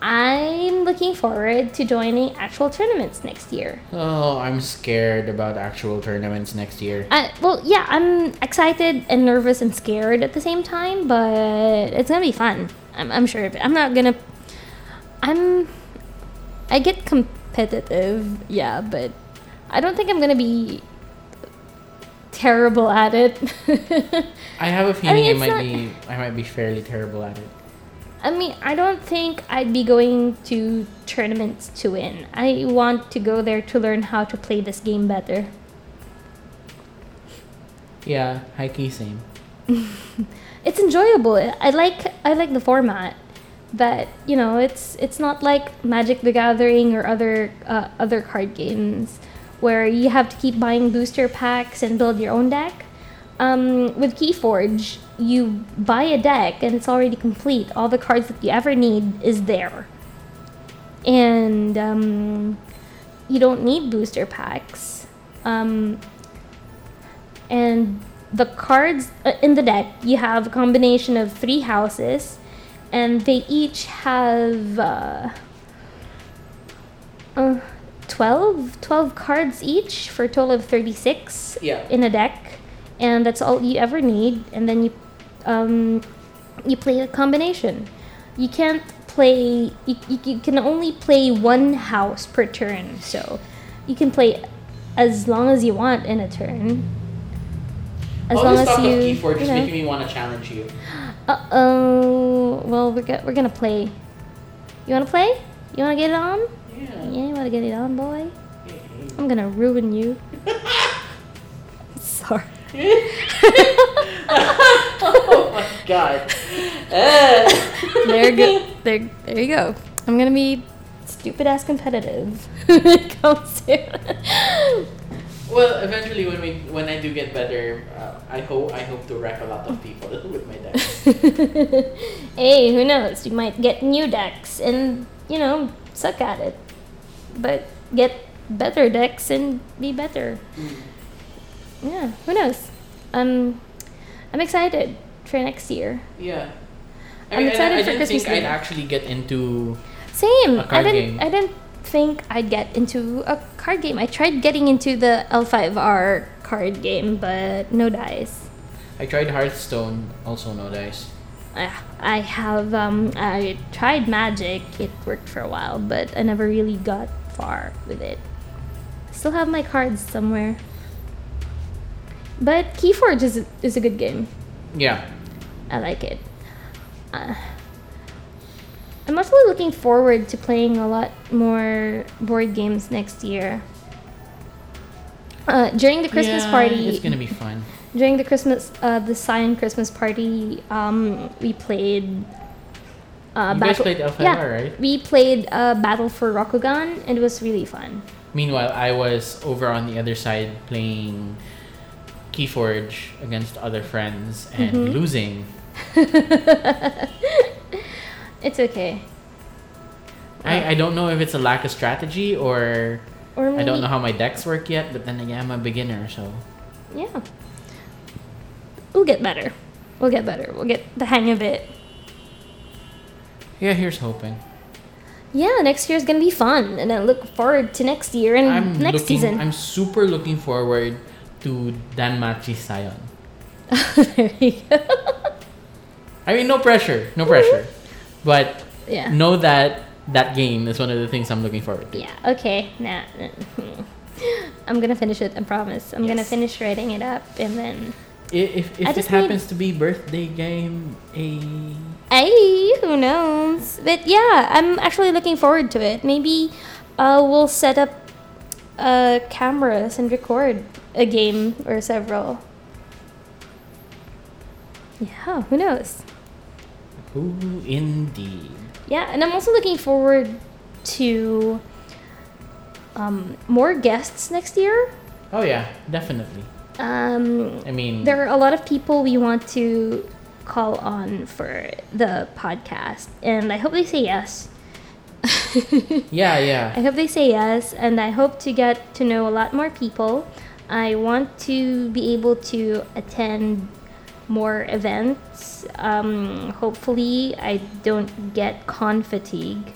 I'm looking forward to joining actual tournaments next year.
Oh, I'm scared about actual tournaments next year.
I, well, yeah, I'm excited and nervous and scared at the same time, but it's gonna be fun. I'm, I'm sure of it. I'm not gonna. I'm. I get competitive, yeah, but I don't think I'm gonna be terrible at it.
I have a feeling I,
it's
might
not-
be I might be fairly terrible at it.
I mean, I don't think I'd be going to tournaments to win. I want to go there to learn how to play this game better.
Yeah, high key same.
it's enjoyable. I like I like the format, but you know it's it's not like Magic the Gathering or other uh, other card games where you have to keep buying booster packs and build your own deck. Um, with Keyforge, you buy a deck and it's already complete. All the cards that you ever need is there, and um, you don't need booster packs. Um, and the cards uh, in the deck you have a combination of three houses and they each have uh, uh, 12 12 cards each for a total of 36
Yeah.
in a deck and that's all you ever need and then you um, you play a combination you can't play you, you, you can only play one house per turn so you can play as long as you want in a turn as
All
long
this
as
talk
you,
of Keyforge
you
is
know.
making me want to challenge you.
Uh oh. Well, we're, go- we're gonna play. You wanna play? You wanna get it on?
Yeah.
Yeah, you wanna get it on, boy? I'm gonna ruin you. Sorry.
oh my god. Eh.
There, go- there, there you go. I'm gonna be stupid ass competitive when it comes to.
Well, eventually, when we when I do get better, uh, I hope I hope to wreck a lot of people with my deck.
hey, who knows? You might get new decks and, you know, suck at it. But get better decks and be better. Yeah, who knows? Um, I'm excited for next year.
Yeah. I
I'm
mean, I-
excited
I,
for
didn't
Christmas
think I'd
dinner.
actually get into.
Same.
A
I
card
didn't.
game.
I didn't think I'd get into a card game. I tried getting into the L5R card game, but no dice.
I tried Hearthstone, also no dice.
I I have um I tried magic. It worked for a while, but I never really got far with it. Still have my cards somewhere. But Keyforge is is a good game.
Yeah.
I like it. Uh, I'm actually looking forward to playing a lot more board games next year. Uh, during the Christmas
Yeah,
party,
It's gonna be fun.
during the Christmas, uh, the Cyan Christmas party, um, we played. Uh,
You guys played Elfenbar, right?
We played uh, Battle for Rokugan, and it was really fun.
Meanwhile, I was over on the other side playing Keyforge against other friends and
Mm-hmm.
losing.
It's okay. Oh.
I, I don't know if it's a lack of strategy or
Or
I don't
maybe-
know how my decks work yet, but then again, I'm a beginner, so.
Yeah. We'll get better. We'll get better. We'll get the hang of it.
Yeah, here's hoping.
Yeah, next year's gonna be fun, and I look forward to next year and
I'm
Mm, next
looking,
season.
I'm super looking forward to Danmachi Sion.
there you go.
I mean, no pressure, no pressure, but
Yeah.
know that that game is one of the things I'm looking forward to.
Yeah. Okay. Nah. I'm gonna finish it. I promise. I'm gonna
Yes.
finish writing it up, and then
I- If, if
I
it
just need-
happens to be birthday game, a
Hey, who knows? But yeah, I'm actually looking forward to it. Maybe uh, we'll set up uh, cameras and record a game or several. Yeah, who knows?
ooh, indeed.
Yeah, and I'm also looking forward to um, more guests next year.
Oh yeah, definitely.
Um,
I mean,
there are a lot of people we want to call on for the podcast, and I hope they say yes.
yeah, yeah.
I hope they say yes, and I hope to get to know a lot more people. I want to be able to attend more events. Um, hopefully, I don't get con fatigue.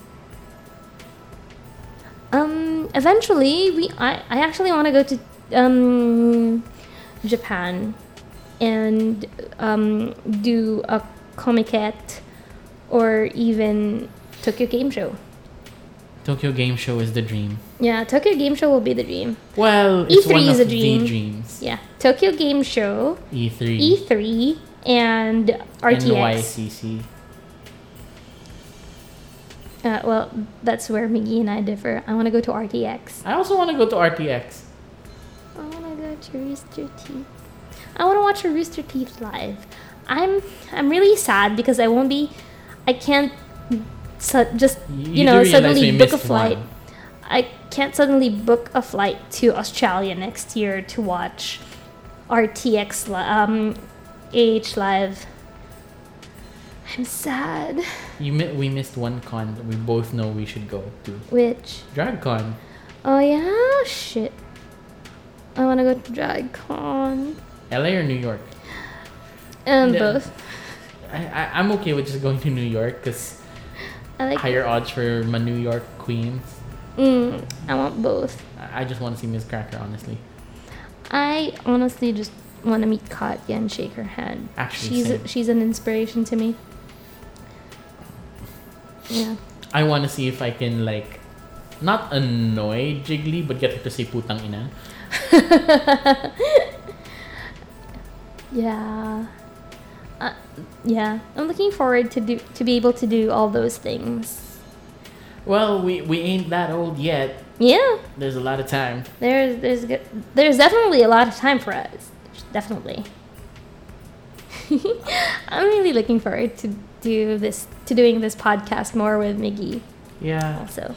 Um, eventually, we I, I actually want to go to um, Japan and um, do a comicette or even Tokyo Game Show.
Tokyo Game Show is the dream.
Yeah, Tokyo Game Show will be the dream.
Well, it's
E3
one
E is
of
a
the
dream. E
dreams. E
Yeah, Tokyo Game Show,
E3,
E3, and RTX.
NYCC.
Uh, well, that's where Miggy and I differ. I want to go to RTX.
I also want to go to RTX.
I want to go to Rooster Teeth. I want to watch a Rooster Teeth live. I'm I'm really sad because I won't be. I can't su- just
You-
you,
you do
know
realize we
suddenly book a
missed
flight.
one.
I can't suddenly book a flight to Australia next year to watch RTX li- um AH live. I'm sad.
You mi- we missed one con that we both know we should go to.
Which
Drag Con.
oh yeah shit. I want to go to DragCon.
LA or New York?
Um,
Yeah.
both.
I, I, I'm okay with just going to New York because
I like
higher odds for my New York Queens.
Mm, I want both.
I I just want to see Miss Cracker, honestly.
I honestly just want to meet Katya and shake her hand.
Actually,
she's
same.
she's an inspiration to me. Yeah.
I want to see if I can, like, not annoy Jiggly, but get her to say putang ina.
Yeah. Uh, yeah. I'm looking forward to do to be able to do all those things.
Well, we, we ain't that old yet.
Yeah.
There's a lot of time.
There's there's g- there's definitely a lot of time for us. Definitely. I'm really looking forward to do this to doing this podcast more with Miggy
Yeah.
also.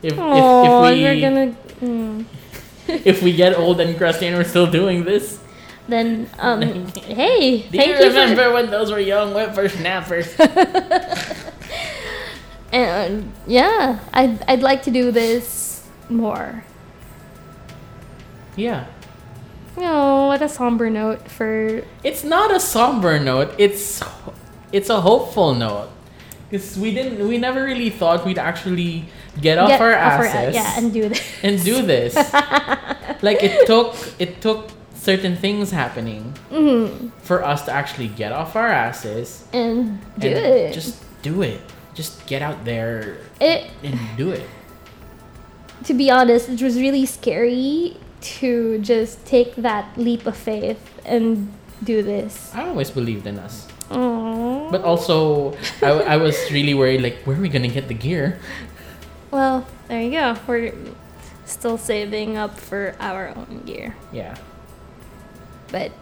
If, if,
Oh,
if,
we're
we,
gonna mm,
if we get old and crusty and we're still doing this,
then um hey
do
thank
you
you
remember when those were young whippersnappers?
for and yeah I'd I'd like to do this more.
yeah.
Oh, what a somber note for
It's not a somber note. It's it's a hopeful note. Because we didn't, we never really thought we'd actually get off
get
our
off
asses
yeah and do this.
and do this. like it took it took certain things happening for us to actually get off our asses
Mm-hmm. and do
and
it.
Just do it. Just get out there
it
and do it.
to be honest, it was really scary to just take that leap of faith and do this.
I always believed in us.
Aww.
But also, I, I was really worried, like, where are we gonna get the gear?
Well, there you go. We're still saving up for our own gear.
Yeah.
But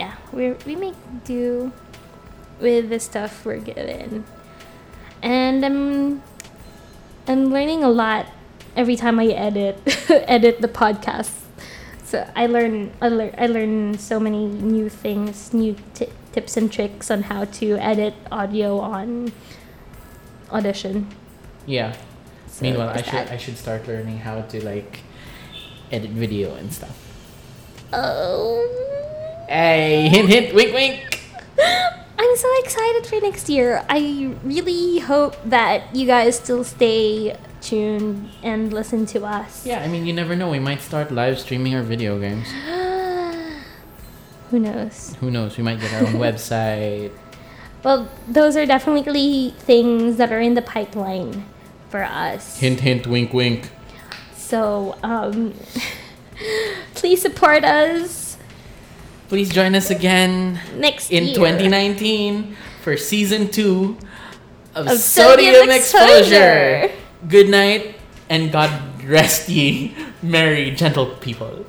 yeah, we we make do with the stuff we're given. And I'm I'm learning a lot every time I edit edit the podcast. So I learn I learn I learn so many new things, new ti tips and tricks on how to edit audio on audition.
Yeah.
So
Meanwhile, I
there's
should
that.
I should start learning how to like edit video and stuff.
Oh.
Hey, hint, hint, wink, wink.
I'm so excited for next year. I really hope that you guys still stay tuned and listen to us.
Yeah, I mean, you never know. We might start live streaming our video games.
Who knows?
Who knows? We might get our own website.
Well, those are definitely things that are in the pipeline for us.
Hint, hint, wink, wink.
So, um, please support us
Please join us again
next
in
year.
2019 for season two of,
Of
Sodium,
Sodium
exposure.
Exposure.
Good night and God rest ye, merry, gentle people.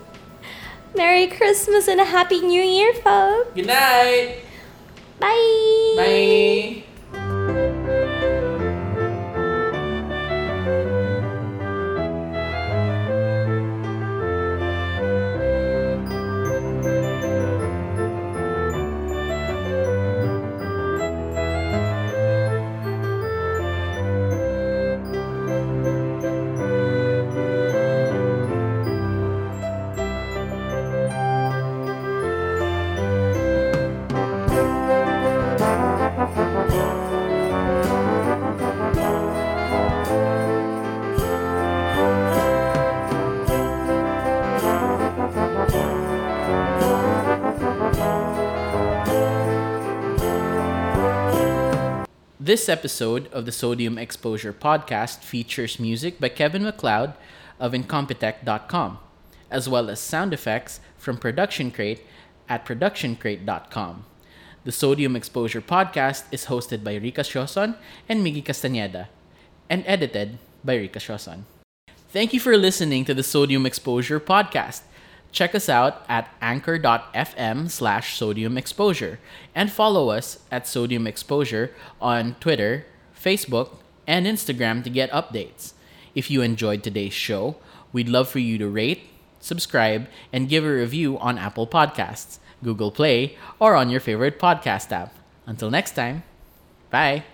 Merry Christmas and a Happy New Year, folks.
Good night.
Bye.
Bye. This episode of the Sodium Exposure podcast features music by Kevin McLeod of Incompetech.com, as well as sound effects from Production Crate at ProductionCrate.com. The Sodium Exposure podcast is hosted by Rika Shoson and Miggy Castaneda, and edited by Rika Shoson. Thank you for listening to the Sodium Exposure podcast. Check us out at anchor.fm slash sodium exposure and follow us at sodium exposure on Twitter, Facebook, and Instagram to get updates. If you enjoyed today's show, we'd love for you to rate, subscribe, and give a review on Apple Podcasts, Google Play, or on your favorite podcast app. Until next time, bye.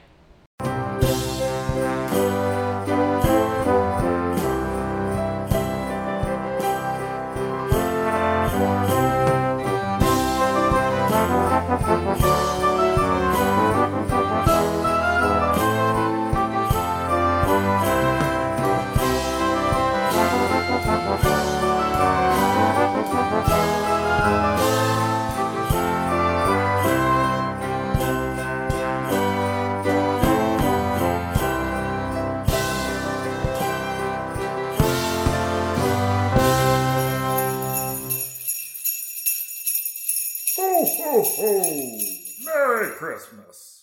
Ho, ho, ho! Merry Christmas!